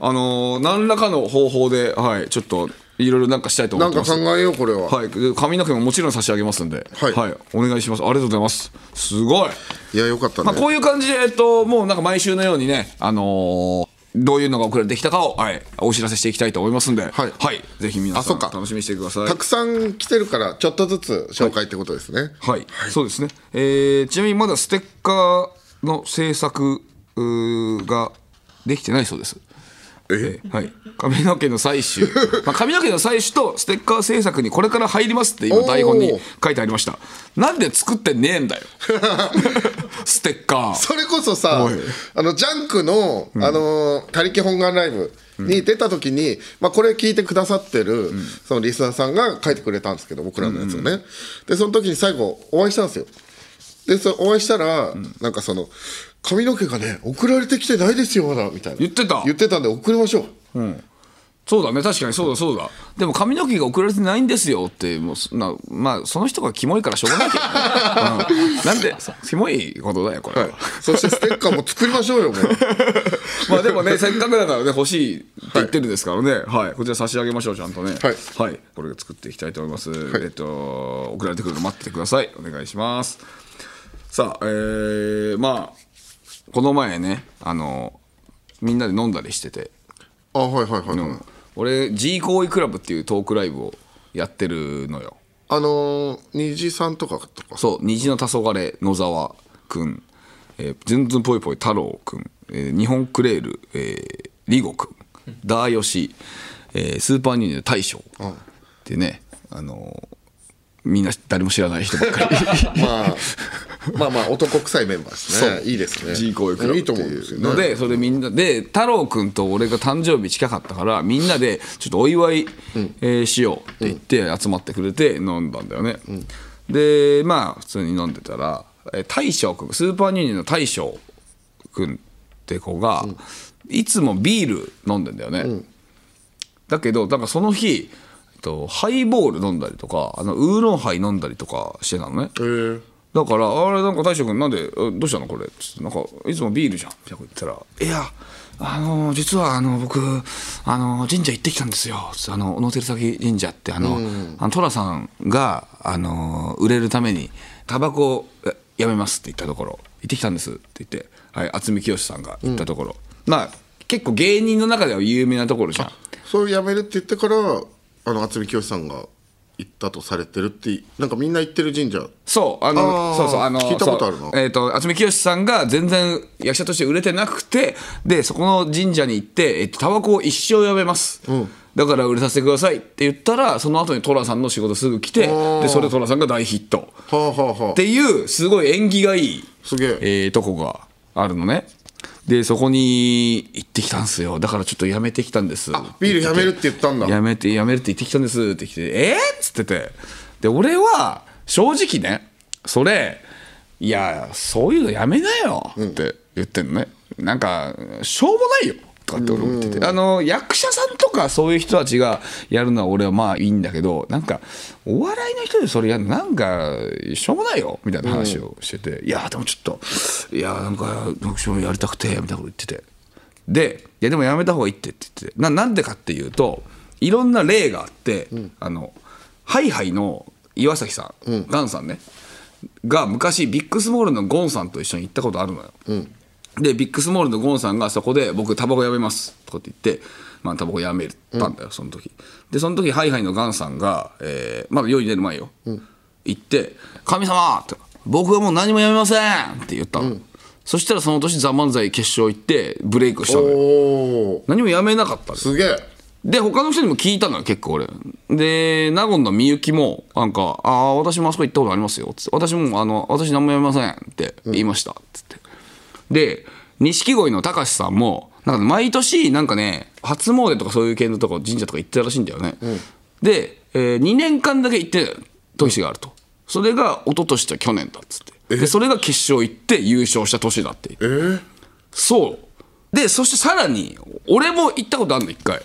Speaker 2: あのー何らかの方法ではいちょっといろいろなんかしたいと思
Speaker 1: なん
Speaker 2: って
Speaker 1: か
Speaker 2: ます
Speaker 1: 考えようこれは、
Speaker 2: はいで髪の毛ももちろん差し上げますんでは
Speaker 1: はい
Speaker 2: お願いしますありがとうございますすごい
Speaker 1: い、やよかったね、
Speaker 2: まあ、こういう感じで、えっと、もうなんか毎週のようにね、あのーどういうのが送られてきたかを、はい、お知らせしていきたいと思いますんで、
Speaker 1: はい
Speaker 2: ぜひ皆
Speaker 1: あ
Speaker 2: さ
Speaker 1: そ
Speaker 2: ん
Speaker 1: っか
Speaker 2: 楽しみにしてください。
Speaker 1: たくさん来てるからちょっとずつ紹介ってことですね、
Speaker 2: はい、そうですね、えーちなみにまだステッカーの制作うーができてないそうです。
Speaker 1: え
Speaker 2: はい、髪の毛の採 取、まあ、髪の毛の採取とステッカー制作にこれから入りますって今台本に書いてありましたなんで作ってねえんだ よステッカー
Speaker 1: それこそさ
Speaker 2: い
Speaker 1: あのジャンクの「あの他力本願ライブ」に出た時に、まあ、これ聞いてくださってる、そのリスナーさんが書いてくれたんですけど僕らのやつをね、でその時に最後お会いしたんですよでそお会いしたら、なんかその髪の毛がね送られてきてないですよまだみたいな
Speaker 2: 言ってた
Speaker 1: 言ってたんで送りましょう
Speaker 2: そうだね確かにそうだそうだでも髪の毛が送られてないんですよってもうそなまあその人がキモいからしょうがないけど ね、うんなんでキモいことだよこれは、
Speaker 1: はい、そしてステッカーも作りましょうよ、もう。
Speaker 2: まあで もね、せっかくだからね、欲しいって言ってるんですからね、はい、こちら差し上げましょう、ちゃんとね。
Speaker 1: はい
Speaker 2: これ作っていきたいと思います。えっと、送られてくるの待っててください。お願いします。さあ、えー、まあ、この前ね、あの、みんなで飲んだりしてて、
Speaker 1: あ、はいはいはい。はい
Speaker 2: 俺、G 行為クラブっていうトークライブをやってるのよ。
Speaker 1: あのー、虹さんとかとか。
Speaker 2: そう、虹の黄昏野沢くん、えー、ズンズンぽいぽい太郎くん、えー日本クレール、えー、リゴくん、ダーヨシ、えースーパーニューニュー大将、でね、あのーみんな誰も知らない人ばっかり。
Speaker 1: まあ、まあまあ、男臭いメンバーですね。いいですね。
Speaker 2: G 行為クラブ
Speaker 1: い
Speaker 2: っ
Speaker 1: いと
Speaker 2: て
Speaker 1: 思うんです
Speaker 2: い
Speaker 1: よね。
Speaker 2: うので、それでみんなで、太郎くんと俺が誕生日近かったから、みんなでちょっとお祝い、えーしようって言って集まってくれて飲んだんだよね。で、まあ普通に飲んでたら、えー大将くん、スーパーニューニューの大将くんって子が、いつもビール飲んでんだよね。だけど、なんかその日、えっとハイボール飲んだりとか、あのウーロンハイ飲んだりとかしてたのね。
Speaker 1: えー
Speaker 2: だから、あれ、なんか大将君、なんで、えどうしたのこれ。つってなんか、いつもビールじゃん。みたいなこと言ったら、いや、あの、実は、あの、僕、あの、神社行ってきたんですよ。つってあの、小野照崎神社って、あの、あの寅さんが、あの、売れるために、タバコをえやめますって言ったところ、行ってきたんですって言って、はい、渥美清さんが行ったところ。まあ、結構芸人の中では有名なところじゃん。
Speaker 1: それやめるって言ってから、あの、渥美清さんが行ったとされてるって、なんかみんな行ってる神社。
Speaker 2: そう、あの、
Speaker 1: あー
Speaker 2: そうそう、あの、
Speaker 1: 聞いたことある
Speaker 2: そう
Speaker 1: な
Speaker 2: えっ、と、渥美清さんが全然役者として売れてなくて、で、そこの神社に行って、えっと、タバコを一生やめます。だから売れさせてくださいって言ったら、その後に寅さんの仕事すぐ来て、で、それで寅さんが大ヒット。
Speaker 1: はあはあは
Speaker 2: っ
Speaker 1: あ。
Speaker 2: ていう、すごい縁起がいい、
Speaker 1: すげえ
Speaker 2: えーとこがあるのね。で、そこに行ってきたんですよ。だからちょっとやめてきたんです。
Speaker 1: ビールやめるって言ったんだ。
Speaker 2: やめて、やめるって言ってきたんですって来て、えー、っつってて。で、俺は、正直ね、それ、いや、そういうのやめなよって言ってんのね。なんか、しょうもないよ。とかって俺も言ってて、あの役者さんとかそういう人たちがやるのは俺はまあいいんだけどなんかお笑いの人でそれやるのなんかしょうもないよみたいな話をしてて、いやでもちょっといやなんか読書もやりたくてみたいなこと言っててでいやでもやめた方がいいってって言っててななんでかっていうといろんな例があって、あのハイハイの岩崎さん、ガンさんねが昔ビックスモールのゴンさんと一緒に行ったことあるのよ、でビックスモールのゴンさんがそこで「僕タバコやめます」とかって言って、まあ、タバコやめたんだよ、その時でその時ハイハイのガンさんが、えーまだ世に出る前よ、行って「神様!」と「僕はもう何もやめません!」って言ったの、そしたらその年「ザ漫才決勝行ってブレイクしたのよ
Speaker 1: おー、
Speaker 2: 何もやめなかったの
Speaker 1: すげえ。
Speaker 2: で他の人にも聞いたのよ結構俺で納言のみゆきもなんか「ああ私もあそこ行ったことありますよ」つって「私もあの私何もやめません」って言いました、つってで錦鯉の高橋さんもなんか毎年なんかね初詣とかそういう系のとこ神社とか行ってたらしいんだよね、で、え2年間だけ行ってる年があるとそれが一昨年と去年だっつってでそれが決勝行って優勝した年だって言って
Speaker 1: えー、
Speaker 2: そうでそしてさらに俺も行ったことあるの一回、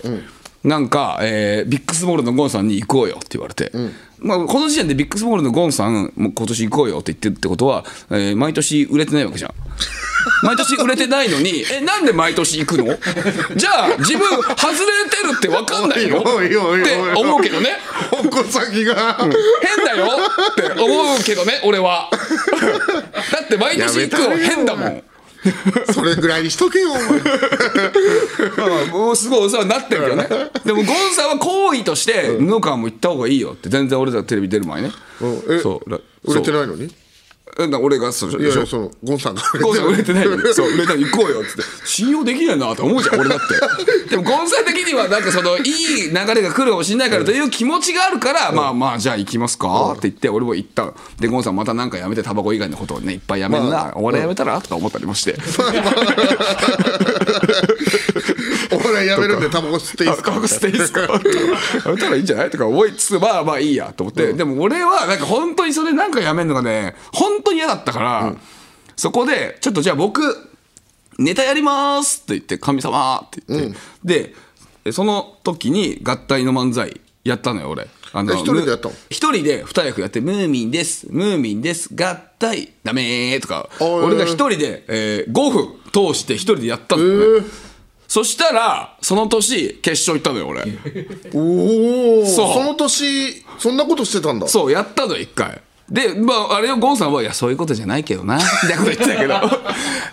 Speaker 2: なんか、えービックスモールのゴンさんに行こうよって言われて、まあ、この時点でビックスモールのゴンさんもう今年行こうよって言ってるってことは、えー毎年売れてないわけ じゃん毎年売れてないのにえなんで毎年行くのじゃあ自分外れてるって分かんないのっ
Speaker 1: おいおいおいおい
Speaker 2: て思うけどね
Speaker 1: 矛先が、
Speaker 2: 変だよ って思うけどね俺はだって毎年行くの変だもん
Speaker 1: それぐらいにしとけよお前
Speaker 2: まあもうすごいお世話になってるけどねでもゴンさんは行為として布川も行った方がいいよって全然俺らテレビ出る前ね
Speaker 1: うんえ
Speaker 2: そうら
Speaker 1: 売れて
Speaker 2: そう
Speaker 1: ないのに
Speaker 2: えな俺がそう
Speaker 1: い
Speaker 2: で
Speaker 1: や
Speaker 2: し
Speaker 1: い
Speaker 2: ょ
Speaker 1: やそのゴンさんが
Speaker 2: ゴンさん売れてないのに、そう、売れ
Speaker 1: て
Speaker 2: たのに行こうよっつって、信用できないなと思うじゃん、俺 だって。でも、ゴンさん的には、なんかその、いい流れが来るかもしれないからという気持ちがあるから、まあまあ、じゃあ行きますかって言って、俺も行った。で、ゴンさんまたなんかやめて、タバコ以外のことをね、いっぱいやめる
Speaker 1: ま
Speaker 2: な、お笑いやめたらとか思ったりもして。
Speaker 1: お前やめるんでタバコ吸っていいです
Speaker 2: タバ
Speaker 1: か
Speaker 2: コ吸っていいですか やめたらいいんじゃないとか思いつつまあまあいいやと思って、でも俺はなんか本当にそれなんかやめるのがね本当に嫌だったから、そこでちょっとじゃあ僕ネタやりますって言って神様って言って、でえその時に合体の漫才やったのよ俺あ
Speaker 1: え一人でやったの
Speaker 2: む一人で二役やって「ムーミンですムーミンです合体ダメー」とか
Speaker 1: あー
Speaker 2: 俺が一人で、えー5分通して一人でやったのよね、そしたら、その年、決勝行ったのよ、俺。
Speaker 1: おお
Speaker 2: そう
Speaker 1: その年そんなことしてたんだ
Speaker 2: そう、やったのよ、一回。で、まあ、あれをゴンさんは、いや、そういうことじゃないけどな、みたいなこと言ってた けど。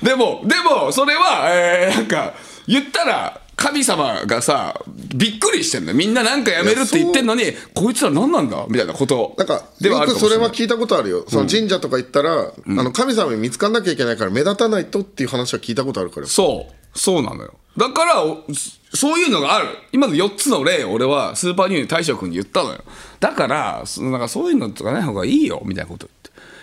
Speaker 2: でも、でも、それは、えーなんか、言ったら、神様がさ、びっくりしてんのよみんななんかやめるって言ってんのに、こいつら何なんだみたいなこと。
Speaker 1: なんか
Speaker 2: で
Speaker 1: よ
Speaker 2: はある
Speaker 1: く
Speaker 2: かも
Speaker 1: そ
Speaker 2: し
Speaker 1: れ
Speaker 2: れない
Speaker 1: は聞いたことあるよ、その神社とか行ったら、あの神様に見つかんなきゃいけないから目立たないとっていう話は聞いたことあるから
Speaker 2: そう。そうなのよ。だから、おそそういうのがある。今の4つの例を俺はスーパーニューに大将君に言ったのよ。だから、そなんかそういうのとかない方がいいよ、みたいなこと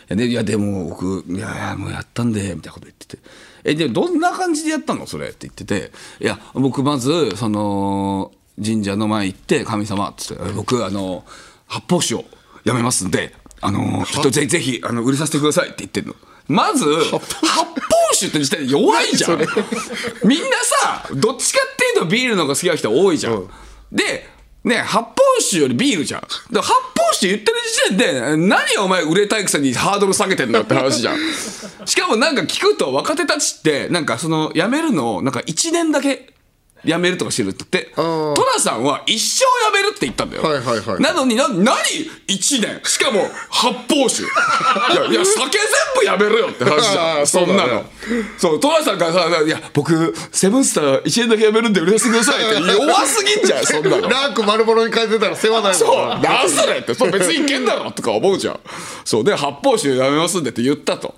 Speaker 2: 言って。いや、でいやでも僕、いやいや、もうやったんで、みたいなこと言ってて。え、で、どんな感じでやったのそれって言ってて。いや、僕まず、その、神社の前行って、神様、つって、え僕、あの、発泡酒をやめますんで、あの、ちょっとぜぜひ、あの、売りさせてくださいって言ってんの。まず、発泡酒って時点で弱いじゃん。みんなさ、どっちかっていうとビールの方が好きな人多いじゃん。で、ね、発泡酒よりビールじゃん。だから発泡酒言ってる時点で、何お前売れたいくせにハードル下げてんだって話じ ゃん。しかもなんか聞くと若手たちって、なんかその辞めるのを、なんか1年だけ辞めるとかしてるって言って、
Speaker 1: あ
Speaker 2: ト
Speaker 1: ー
Speaker 2: ラさんは一生辞めるって言ったんだよ。
Speaker 1: はいはいはい
Speaker 2: なのにな、何 ?1 年。しかも、発 泡酒。いや、いや、酒全部やめろよって話じゃ
Speaker 1: あ
Speaker 2: ん。
Speaker 1: ーそ
Speaker 2: そ
Speaker 1: うんだね
Speaker 2: なの。そう、トラさんからさ、いや、僕、セブンスター1年だけやめるんで売れさせてくださいって弱すぎんじゃん、そ んなの。
Speaker 1: ラーク丸ボロに変えてたら世話ない
Speaker 2: そ
Speaker 1: も
Speaker 2: う、
Speaker 1: んな
Speaker 2: なんそれって、そう別にいけんだろとか思うじゃん。そう、で、発泡酒やめますんでって言ったと。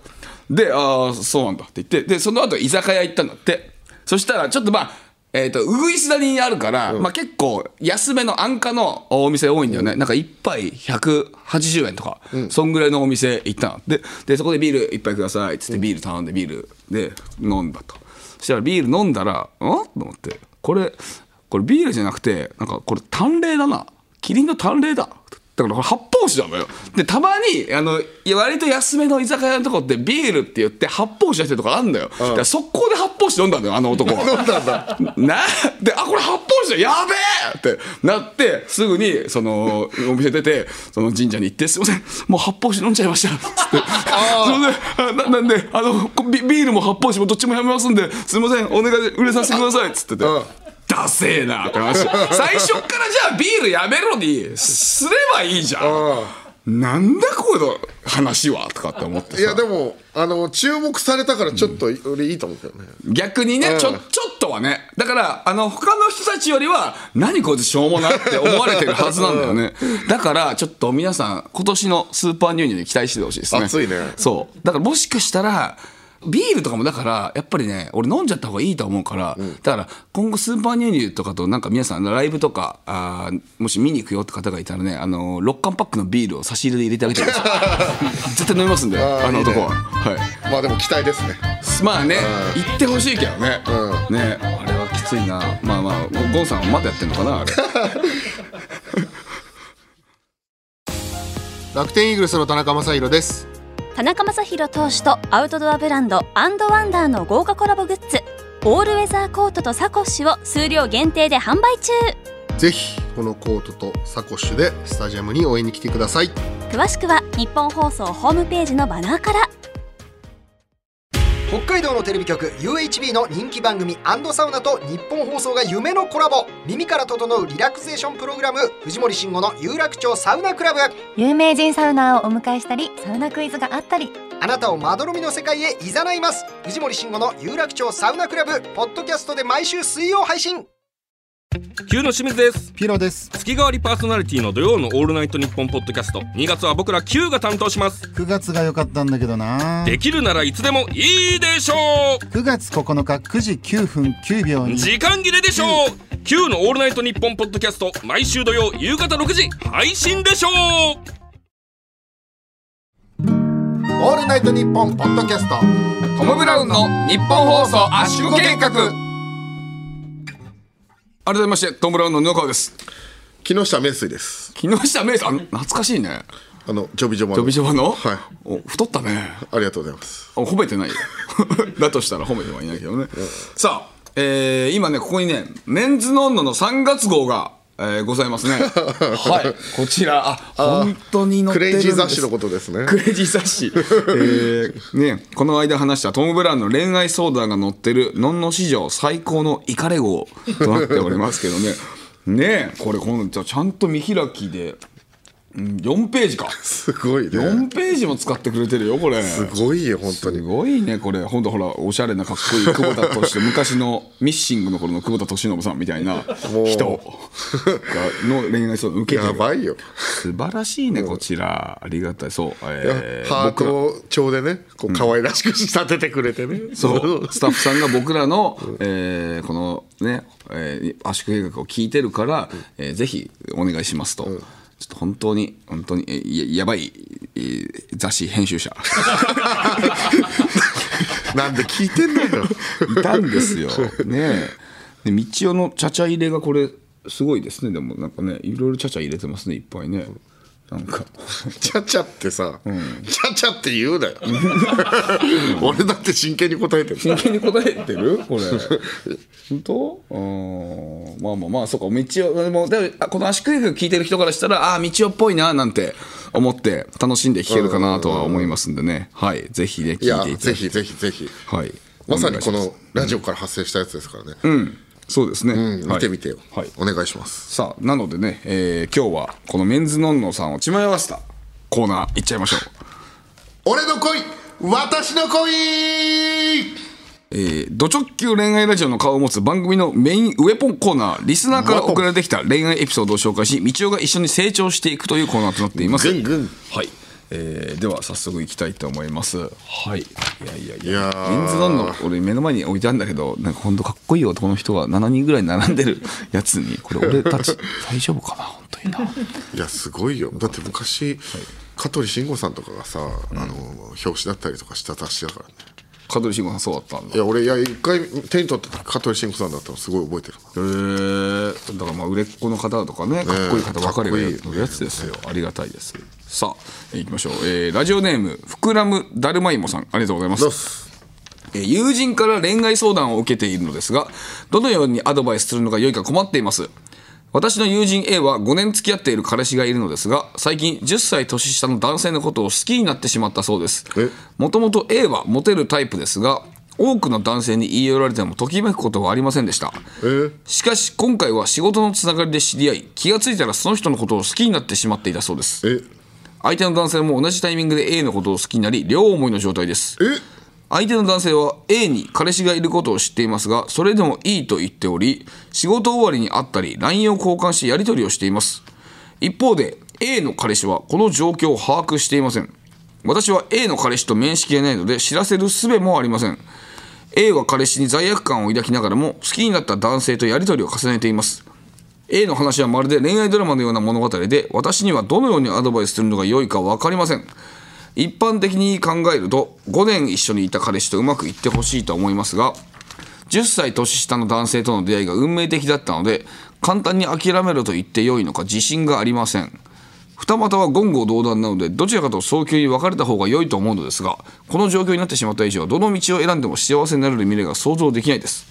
Speaker 2: で、ああ、そうなんだって言って、で、その後居酒屋行ったんだって。そしたら、ちょっとまあ、えっ、と、うぐいす谷にあるから、まあ結構安めの安価のお店多いんだよね。なんか一杯180円とか、そんぐらいのお店行ったの。で、で、そこでビール一杯くださいっつってビール頼んでビールで飲んだと。そしたらビール飲んだら、んと思って、これ、これビールじゃなくて、なんかこれ淡麗だな。キリンの淡麗だ。だからこれ発泡酒なのよ。で、たまに、あの、いや割と安めの居酒屋のとこってビールって言って発泡酒出してるとかあんだよ。だから速攻で発泡酒飲んだんだよ、あの男は。
Speaker 1: 飲んだんだ
Speaker 2: なで、あ、これ発泡酒だやべえってなって、すぐに、その、お店出て、その神社に行って、すいません、もう発泡酒飲んじゃいました。つって。 それで、あななんで、あの、こビビールも発泡酒もどっちもやめますんで、すいません、お願いで売れさせてください。つってて
Speaker 1: うん。
Speaker 2: ダセえなって話。最初っからじゃあビールやめろにすればいいじゃん。なんだこの話はとかって思ってさ。
Speaker 1: いやでもあの注目されたからちょっと俺いいと思うけどね、
Speaker 2: 逆にね、ち
Speaker 1: う
Speaker 2: ょ
Speaker 1: ん
Speaker 2: ちょっとはねだからあの他の人たちよりは何こいつしょうもないって思われてるはずなんだよね、だからちょっと皆さん今年のスーパーニューニューに期待しててほしいですね
Speaker 1: 熱いね
Speaker 2: そうだからもしかしたらビールとかもだからやっぱりね俺飲んじゃった方がいいと思うから、だから今後スーパーニューニューとかとなんか皆さんライブとかあーもし見に行くよって方がいたらねあの6缶パックのビールを差し入れで入れてあげてくださ い絶対飲みますんで
Speaker 1: あ
Speaker 2: あ
Speaker 1: ー
Speaker 2: の
Speaker 1: いいね
Speaker 2: 男ははい
Speaker 1: まあでも期待ですね
Speaker 2: まあね、行ってほしいけどね、
Speaker 1: う
Speaker 2: ねあれはきついなまあまあゴゴンさんはまだやってんのかな あれ
Speaker 4: 楽天イーグルスの田中将大です
Speaker 5: 田中将大投手とアウトドアブランドアンドワンダーの豪華コラボグッズオールウェザーコートとサコッシュを数量限定で販売中
Speaker 4: ぜひこのコートとサコッシュでスタジアムに応援に来てください
Speaker 5: 詳しくは日本放送ホームページのバナーから
Speaker 6: 北海道のテレビ局 UHB の人気番組サウナと日本放送が夢のコラボ耳から整うリラクゼーションプログラム藤森慎吾の有楽町サウナクラブ
Speaker 7: 有名人サウナーをお迎えしたりサウナクイズがあったり
Speaker 6: あなたをまどろみの世界へいざないます藤森慎吾の有楽町サウナクラブポッドキャストで毎週水曜配信
Speaker 7: キューの清水です
Speaker 4: ピロです
Speaker 7: 月替わりパーソナリティの土曜の「オールナイトニッポン」ポッドキャスト2月は僕ら Q が担当します
Speaker 8: 9月が良かったんだけどな
Speaker 7: できるならいつでもいいでしょ
Speaker 8: 9月9日9時9分9秒
Speaker 7: う
Speaker 8: に
Speaker 7: 時間切れでしょう Q の「オールナイトニッポン」ポッドキャスト毎週土曜夕方6時配信でしょう
Speaker 4: オールナイトニッポンポッドキャスト
Speaker 2: トム・ブラウンの日本放送圧縮計画改めましてトム・ブラウンの布川です
Speaker 1: 木下名水です
Speaker 2: 木下芽生さんあの懐かしいね
Speaker 1: あのジョビジョバの
Speaker 2: ドビジョバの、
Speaker 1: はい
Speaker 2: お太ったね
Speaker 1: ありがとうございます
Speaker 2: あ褒めてないよ だとしたら褒めてはいないけどねさあ、えー今ねここにね「メンズノンノ」の3月号が、えーございます ねはいこちらあ本当に載
Speaker 1: ク
Speaker 2: ってる
Speaker 1: レ
Speaker 2: んで
Speaker 1: イ
Speaker 2: す
Speaker 1: ジー雑誌のことですね
Speaker 2: クレイジー雑誌、えーね、この間話したトム・ブラウンの恋愛相談が載ってる「のんの史上最高のイカレ号」となっておりますけ どねねえこれこのじゃあちゃんと見開きで、うん、4ページか
Speaker 1: すごいね
Speaker 2: 4ページも使ってくれてるよこれ
Speaker 1: すごいよ本当
Speaker 2: す
Speaker 1: に
Speaker 2: ごいねこれ本当ほらおしゃれなかっこいい久保田敏信昔のミッシングの頃の久保田敏信さんみたいな
Speaker 1: もう
Speaker 2: 人がの恋愛相談受けて
Speaker 1: や
Speaker 2: る
Speaker 1: ばいよ
Speaker 2: 素晴らしいねこちらありがたいそう、えー
Speaker 1: ハートを調でねこう可愛らしく仕立ててくれてね、
Speaker 2: そうスタッフさんが僕らの、えーこのね、えー圧縮計画を聞いてるから、えーぜひお願いしますと。ちょっと本当に本当にえーややばいえー雑誌編集者
Speaker 1: なんで聞いてんだ よ
Speaker 2: いたんですよ。ねえ。で道代のちゃちゃ入れがこれすごいですねでもなんかねいろいろちゃちゃ入れてますねいっぱいね。なんか
Speaker 1: ちゃちゃってさ、ちゃちゃって言う なよ俺だって真剣に答えてる
Speaker 2: 真剣に答えてるこれ 本当うーんまあまあまあそうか道をでもでもあこの足首を聞いてる人からしたらああー道夫っぽいななんて思って楽しんで弾けるかなとは思いますんでねはいぜひね聞い
Speaker 1: いや
Speaker 2: ていただ
Speaker 1: ぜ
Speaker 2: き
Speaker 1: ひぜひぜひ
Speaker 2: はい
Speaker 1: まさにこ
Speaker 2: お願いし
Speaker 1: のラジオから発生したやつですからね、
Speaker 2: ますうんそうですね、
Speaker 1: うん見てみてよ、
Speaker 2: はいはい
Speaker 1: お願いします
Speaker 2: さあなのでね、えー今日はこのメンズノンノさんを血迷わせたコーナーいっちゃいましょう
Speaker 1: 俺の恋私の恋
Speaker 2: えー、ド直球恋愛ラジオの顔を持つ番組のメインウェポンコーナーリスナーから送られてきた恋愛エピソードを紹介し道夫が一緒に成長していくというコーナーとなっています
Speaker 1: ぐんぐん
Speaker 2: はい、えー、では早速いきたいと思いますはいいやいや
Speaker 1: い
Speaker 2: い
Speaker 1: や
Speaker 2: や
Speaker 1: ー
Speaker 2: メンズノンの俺目の前に置いてあるんだけどなんかほんとかっこいい男の人が7人ぐらい並んでるやつにこれ俺たち大丈夫かな本当に ない
Speaker 1: やすごいよだって昔、香取慎吾さんとかがさ、あの表紙だったりとかした雑誌だからね
Speaker 2: 香取慎吾さんそうだったんだ
Speaker 1: いや俺いや一回手に取った時香取慎吾さんだったのすごい覚えてる
Speaker 2: へーだからまあ売れっ子の方とかねかっこいい方ばかりがやるやつですよ、ありがたいですさあいきましょう、えーラジオネーム膨らむだるまいもさんありがとうございます
Speaker 1: どうっす
Speaker 2: えー友人から恋愛相談を受けているのですがどのようにアドバイスするのが良いか困っています私の友人 A は5年付き合っている彼氏がいるのですが最近10歳年下の男性のことを好きになってしまったそうです
Speaker 1: え
Speaker 2: もともと A はモテるタイプですが多くの男性に言い寄られてもときめくことはありませんでした
Speaker 1: え
Speaker 2: しかし今回は仕事のつながりで知り合い気がついたらその人のことを好きになってしまっていたそうです
Speaker 1: え
Speaker 2: 相手の男性も同じタイミングで A のことを好きになり両思いの状態です
Speaker 1: え
Speaker 2: 相手の男性は A に彼氏がいることを知っていますがそれでもいいと言っており仕事終わりに会ったり LINE を交換しやり取りをしています一方で A の彼氏はこの状況を把握していません私は A の彼氏と面識がないので知らせる術もありません A は彼氏に罪悪感を抱きながらも好きになった男性とやり取りを重ねています A の話はまるで恋愛ドラマのような物語で私にはどのようにアドバイスするのが良いか分かりません一般的に考えると5年一緒にいた彼氏とうまくいってほしいと思いますが10歳年下の男性との出会いが運命的だったので簡単に諦めろと言って良いのか自信がありません二股は言語道断なのでどちらかと早急に別れた方が良いと思うのですがこの状況になってしまった以上どの道を選んでも幸せになれる未来が想像できないです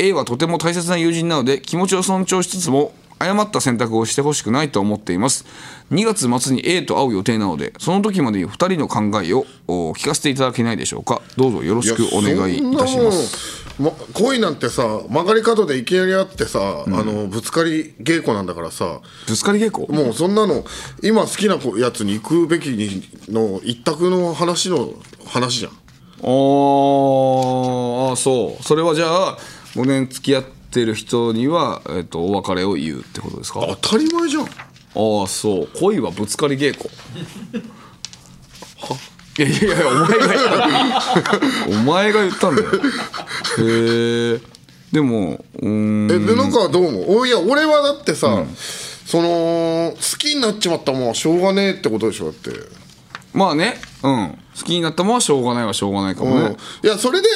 Speaker 2: A はとても大切な友人なので気持ちを尊重しつつも誤った選択をしてほしくないと思っています2月末に A と会う予定なのでその時までに2人の考えをお聞かせていただけないでしょうかどうぞよろしくお願いいたします
Speaker 1: も恋なんてさ曲がり角でいきなりあってさ、あのぶつかり稽古なんだからさ
Speaker 2: ぶつかり稽古
Speaker 1: もうそんなの今好きな子やつに行くべきにの一択の話の話じゃん
Speaker 2: ああそうそれはじゃあ5年付き合ってる人には、えっとお別れを言うってことですかあ
Speaker 1: 当たり前じゃん
Speaker 2: あそう恋はぶつかり稽古 はいやいやいやお前が言ったお前が言ったんだよへえでもうーん
Speaker 1: え布川はどう思うおいや俺はだってさ、その好きになっちまったもんはしょうがねえってことでしょだって、
Speaker 2: まあねうん好きになったもんはしょうがないはしょうがないかもね、
Speaker 1: うんいやそれで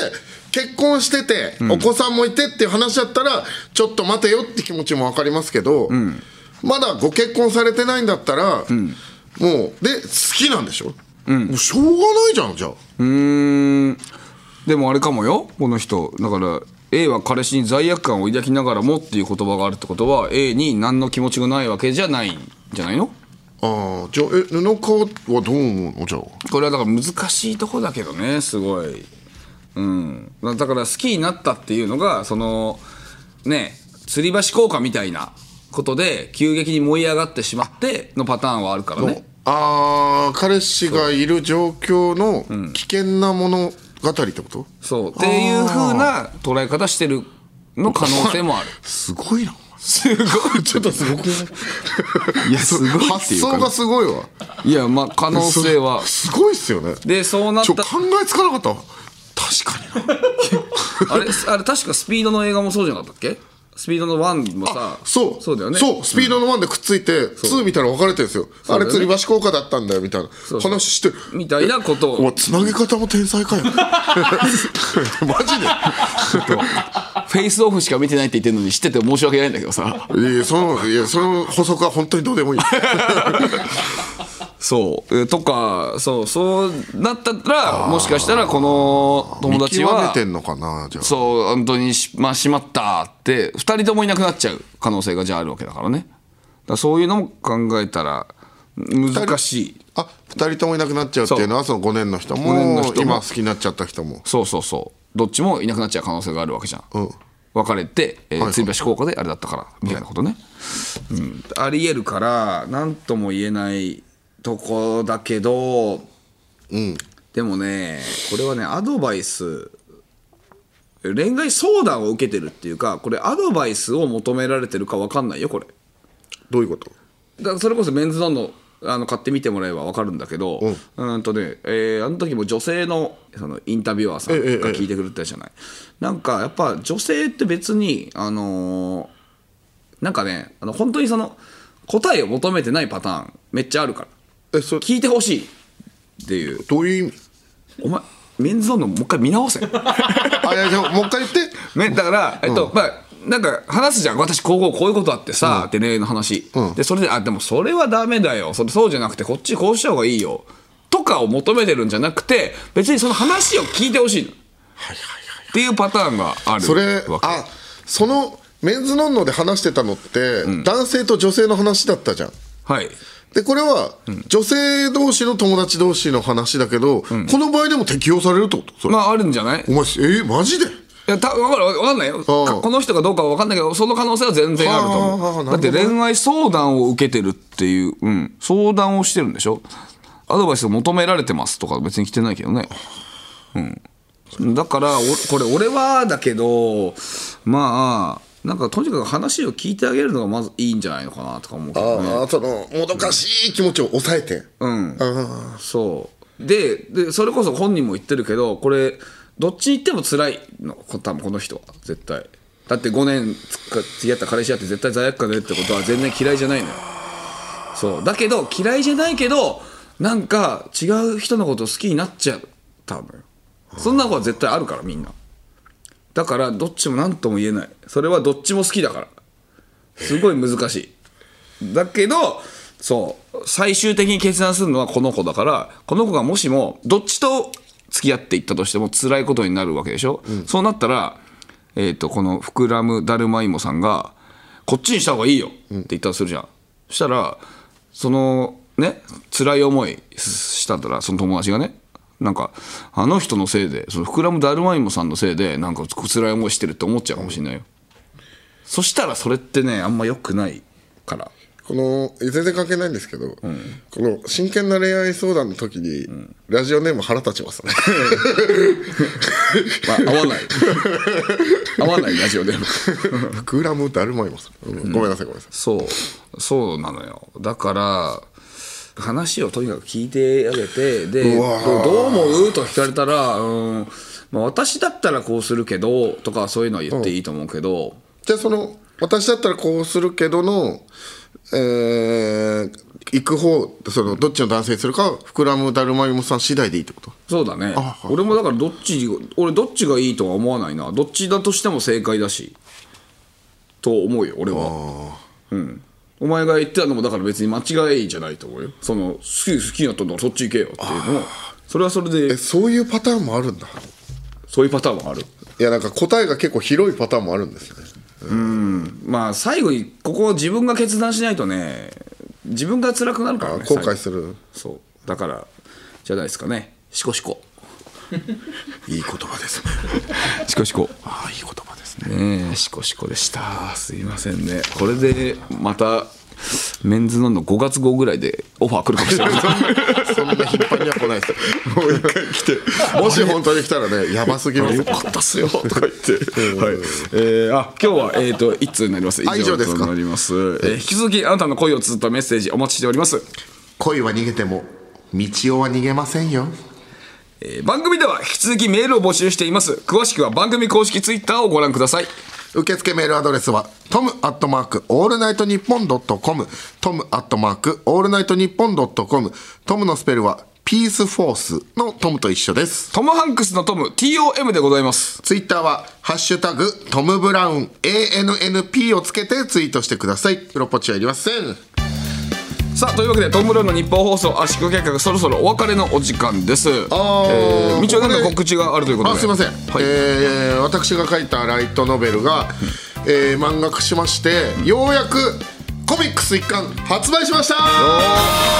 Speaker 1: 結婚してて、お子さんもいてっていう話だったらちょっと待てよって気持ちも分かりますけど、まだご結婚されてないんだったら、もうで好きなんでしょ、もうしょうがないじゃんじゃあ
Speaker 2: うーんでもあれかもよこの人だから A は彼氏に罪悪感を抱きながらもっていう言葉があるってことは A に何の気持ちがないわけじゃないんじゃないの
Speaker 1: ああじゃあえ布川はどう思うのじゃあ
Speaker 2: これはだから難しいとこだけどねすごい、うん、だから好きになったっていうのがそのね吊り橋効果みたいなことで急激に燃え上がってしまってのパターンはあるからね
Speaker 1: あー彼氏がいる状況の危険な物語ってこと、
Speaker 2: そうっていう風な捉え方してるの可能性もある
Speaker 1: すごいな
Speaker 2: すご いちょっとすごくいやすごいっていうか
Speaker 1: 発想がすごいわ
Speaker 2: いやまあ可能 性は
Speaker 1: すごいっすよね
Speaker 2: でそうなっ
Speaker 1: ちょ
Speaker 2: た
Speaker 1: 考えつかなかったわ確かにな
Speaker 2: あれあれ確かスピードの映画もそうじゃなかったっけスピードのワンもさ
Speaker 1: あそう
Speaker 2: そうだよね
Speaker 1: そうスピードの1でくっついて、2みたいなの分かれてるんですよ
Speaker 2: う
Speaker 1: あ
Speaker 2: だ
Speaker 1: れ
Speaker 2: よね
Speaker 1: 吊り橋効果だったんだよみたいな
Speaker 2: うそう
Speaker 1: 話してる
Speaker 2: みたいなこと
Speaker 1: お前
Speaker 2: を
Speaker 1: つなげ方も天才か よ マジで
Speaker 2: フェイスオフしか見てないって言ってるのに知ってて申し訳ないんだけどさ
Speaker 1: いやいやそのいやその補足は本当にどうでもいい
Speaker 2: そうえーとかそうそうなったらもしかしたらこの友達
Speaker 1: 見極
Speaker 2: は
Speaker 1: めてんのかなじゃあ
Speaker 2: そう本当にし,、まあ、しまったって2人ともいなくなっちゃう可能性がじゃああるわけだからねだからそういうのも考えたら難しい
Speaker 1: あ二人ともいなくなっちゃうっていうのはその5年の人も
Speaker 2: 五年の人も
Speaker 1: 今好きになっちゃった人も
Speaker 2: そうそうそうどっちもいなくなっちゃう可能性があるわけじゃん、
Speaker 1: うん
Speaker 2: 別れて、えー
Speaker 1: はい
Speaker 2: 吊り橋効果であれだったからみたいなことね、うん、ありえるから何とも言えないとこだけど
Speaker 1: うん
Speaker 2: でもねこれはねアドバイス恋愛相談を受けてるっていうかこれアドバイスを求められてるか分かんないよこれ
Speaker 1: どういうこと
Speaker 2: だからそれこそメンズノンのあの買ってみてもらえば分かるんだけど、うん、とね、えーあの時も女性のそのインタビュアーさん
Speaker 1: ええ
Speaker 2: が聞いてくれたじゃない、なんかやっぱ女性って別にあのーなんかねあの本当にその答えを求めてないパターンめっちゃあるから
Speaker 1: えそれ
Speaker 2: 聞いてほしいっていう
Speaker 1: どういう意味
Speaker 2: お前メンズノンのもう一回見直せね
Speaker 1: あいやじゃあもう一回言って
Speaker 2: だからえっと、まあなんか話すじゃん私こうこうこういうことあってさ、ってねの話、
Speaker 1: うん
Speaker 2: でそれであでもそれはダメだよそれそうじゃなくてこっちこうした方がいいよとかを求めてるんじゃなくて別にその話を聞いてほしいのっていうパターンがある
Speaker 1: それ
Speaker 2: わけ
Speaker 1: あそのメンズノンノで話してたのって、男性と女性の話だったじゃん
Speaker 2: はい
Speaker 1: でこれは、女性同士の友達同士の話だけど、この場合でも適用されるってことそれ、
Speaker 2: まああるんじゃない
Speaker 1: お前えーマジで
Speaker 2: いやた分かる分かんないよかこの人かどうかは分かんないけどその可能性は全然あると
Speaker 1: はあはあ
Speaker 2: 思う
Speaker 1: な
Speaker 2: だ
Speaker 1: るほ
Speaker 2: っ
Speaker 1: ど
Speaker 2: て恋愛相談を受けてるっていう、うん、相談をしてるんでしょアドバイスを求められてますとか別に来てないけどね、うん、だからおこれ俺はだけどまあなんかとにかく話を聞いてあげるのがまずいいんじゃないのかなとか思うけどね
Speaker 1: ああそのもどかしい気持ちを抑えて、
Speaker 2: うん
Speaker 1: あ
Speaker 2: そうででそれこそ本人も言ってるけどこれどっち行っても辛いのこ多分この人は絶対だって5年つか付き合った彼氏だって絶対罪悪感出るってことは全然嫌いじゃないのよそうだけど嫌いじゃないけどなんか違う人のこと好きになっちゃったのよそんな子は絶対あるからみんなだからどっちも何とも言えないそれはどっちも好きだからすごい難しいだけどそう最終的に決断するのはこの子だからこの子がもしもどっちと付き合っていったとしても辛いことになるわけでしょ、そうなったら、えー、とこの膨らむだるま芋さんがこっちにした方がいいよって言ったとするじゃん、そしたらそのね辛い思いしたんだらその友達がねなんかあの人のせいでその膨らむだるま芋さんのせいでなんか辛い思いしてるって思っちゃうかもしれないよ、そしたらそれってねあんま良くないから
Speaker 1: この全然関係ないんですけど、この真剣な恋愛相談の時に、ラジオネーム腹立ちますね
Speaker 2: まあ、合わ ない合わないラジオでも
Speaker 1: 膨らむだるまいもさ、うん、ごめんなさいごめんなさい
Speaker 2: そうそうなのよだから話をとにかく聞いてあげてで
Speaker 1: うわー
Speaker 2: どうどう思うと聞かれたら、うんまあ、私だったらこうするけどとかそういうのは言っていいと思うけど、
Speaker 1: じゃあその私だったらこうするけどの、えー、行く方そのどっちの男性にするか膨らむだるまいもさん次第でいいってこと
Speaker 2: そうだね
Speaker 1: あはい
Speaker 2: 俺もだからどっち俺どっちがいいとは思わないなどっちだとしても正解だしと思うよ俺はうんお前が言ってたのもだから別に間違いじゃないと思うよその好き好きになったんだからそっち行けよっていうのもそれはそれ
Speaker 1: え
Speaker 2: で
Speaker 1: そういうパターンもあるんだ
Speaker 2: そういうパターンもある
Speaker 1: いやなんか答えが結構広いパターンもあるんですね
Speaker 2: まあ最後にここを自分が決断しないとね自分が辛くなるから
Speaker 1: あ
Speaker 2: ね
Speaker 1: 後悔
Speaker 2: 最後
Speaker 1: する
Speaker 2: そうだからじゃないですかねしこしこ
Speaker 1: いい言葉ですね
Speaker 2: しこしこ
Speaker 1: ああいい言葉ですね
Speaker 2: ねえしこしこでしたすいませんねこれでまたメンズノンの5月号ぐらいでオファー来るかもしれない
Speaker 1: そんな頻繁には来ないですもう一回 来てもし本当に来たらねやばすぎ ますよ
Speaker 2: かったっすよとか言って、はいえー、あ今日は、えー、と1通になります
Speaker 1: あ以上ですか
Speaker 2: となります、えー引き続きあなたの恋を綴ったメッセージお待ちしております
Speaker 1: 恋は逃げても道夫は逃げませんよ
Speaker 2: えー番組では引き続きメールを募集しています詳しくは番組公式ツイッターをご覧ください
Speaker 1: 受付メールアドレスはトムアットマークオールナイトニッポンドットコムトムアットマークオールナイトニッポンドットコムトムのスペルはピースフォースのトムと一緒です
Speaker 2: トム・ハンクスのトム TOM でございます
Speaker 1: ツイッターは「ハッシュタグトム・ブラウン ANNP」をつけてツイートしてくださいプロポチはいりません
Speaker 2: さあというわけでトム・ブラウンの日本放送圧縮計画そろそろお別れのお時間です
Speaker 1: あー
Speaker 2: えー、道は何
Speaker 1: ここ
Speaker 2: か
Speaker 1: で
Speaker 2: 告知があるということで
Speaker 1: あすいません、
Speaker 2: はい
Speaker 1: えー私が書いたライトノベルが、えー漫画化しましてようやくコミックス一巻発売しました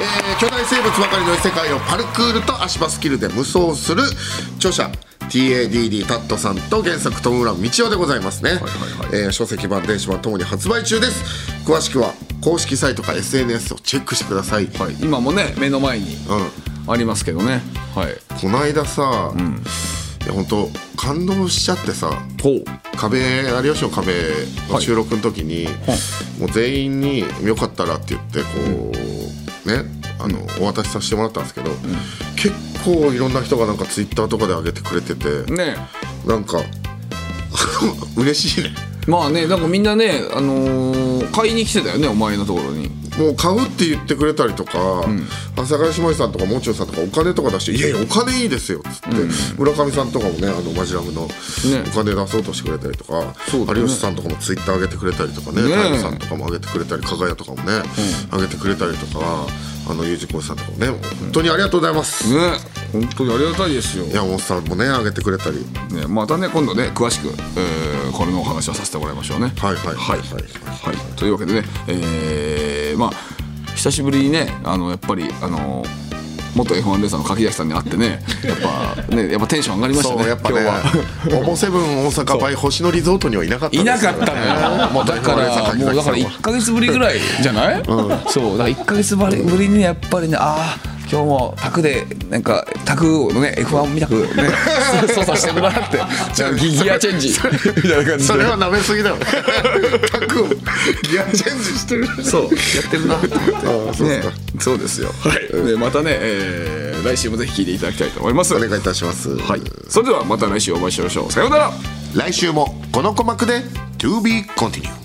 Speaker 1: えー巨大生物ばかりの世界をパルクールと足場スキルで無双する著者 TADD タットさんと原作トム・ブラウン道夫でございますね、えー書籍版電子版ともに発売中です詳しくは公式サイトか SNS をチェックしてください、
Speaker 2: はい、今もね目の前にありますけどね、はい
Speaker 1: この間さ、いや本当感動しちゃってさ
Speaker 2: ほう
Speaker 1: 壁有吉の壁の収録の時に、もう全員に「よかったら」って言ってこう、ねあのお渡しさせてもらったんですけど、結構いろんな人がなんかツイッターとかで上げてくれてて、
Speaker 2: ね
Speaker 1: なんか 嬉しいね
Speaker 2: まあねなんかみんなね、あのー買いに来てたよねお前のところに
Speaker 1: もう買うって言ってくれたりとか、阿佐ヶ谷姉妹さんとかもちゅんさんとかお金とか出して「いやいやお金いいですよ」っつって、村上さんとかもねあのマジラムのお金出そうとしてくれたりとか、
Speaker 2: そうだね
Speaker 1: 有吉さんとかもツイッター上げてくれたりとかね
Speaker 2: ねえ
Speaker 1: 太陽さんとかも上げてくれたり加賀谷とかもね、上げてくれたりとかあの U 字工事さんとかもね本当にありがとうございます、
Speaker 2: ね本当にありがたいですよ、ね、
Speaker 1: 山本さんもね上げてくれたり
Speaker 2: またね今度ね詳しく、えーこれのお話をさせてもらいましょうね
Speaker 1: はいはい
Speaker 2: は
Speaker 1: はいい
Speaker 2: はい、というわけでね、えーまあ久しぶりにねあのやっぱりあの元 F1 レーサーの柿崎さんに会って ねやっぱねやっぱテンション上がりました
Speaker 1: そう
Speaker 2: ね
Speaker 1: やっぱね
Speaker 2: 今日は。
Speaker 1: 「オボセブン大阪バイ星野リゾート」にはいなかったん
Speaker 2: い
Speaker 1: で
Speaker 2: な
Speaker 1: すよ
Speaker 2: かったの よ。もうだか
Speaker 1: 大
Speaker 2: ら
Speaker 1: 変
Speaker 2: も
Speaker 1: な
Speaker 2: うだから一ヶ月ぶりぐらいじゃない？そうだから一ヶ月ぶりぶりにやっぱりねああ。今日も宅でなんか宅のね F1 みたくね操作してもら ってじゃあギギアチェンジみたいな感じ
Speaker 1: そ
Speaker 2: で
Speaker 1: れは舐めすぎ だよ。タクをギアチェンジしてる。
Speaker 2: そうやってるなと思って
Speaker 1: そうですか
Speaker 2: ねそうですよはいでまたねえー来週もぜひ聞いていただきたいと思います
Speaker 1: お
Speaker 2: はい
Speaker 1: 願いいたします。
Speaker 2: それではまた来週お会いしましょうさようなら
Speaker 1: 来週もこの鼓膜で To be continue。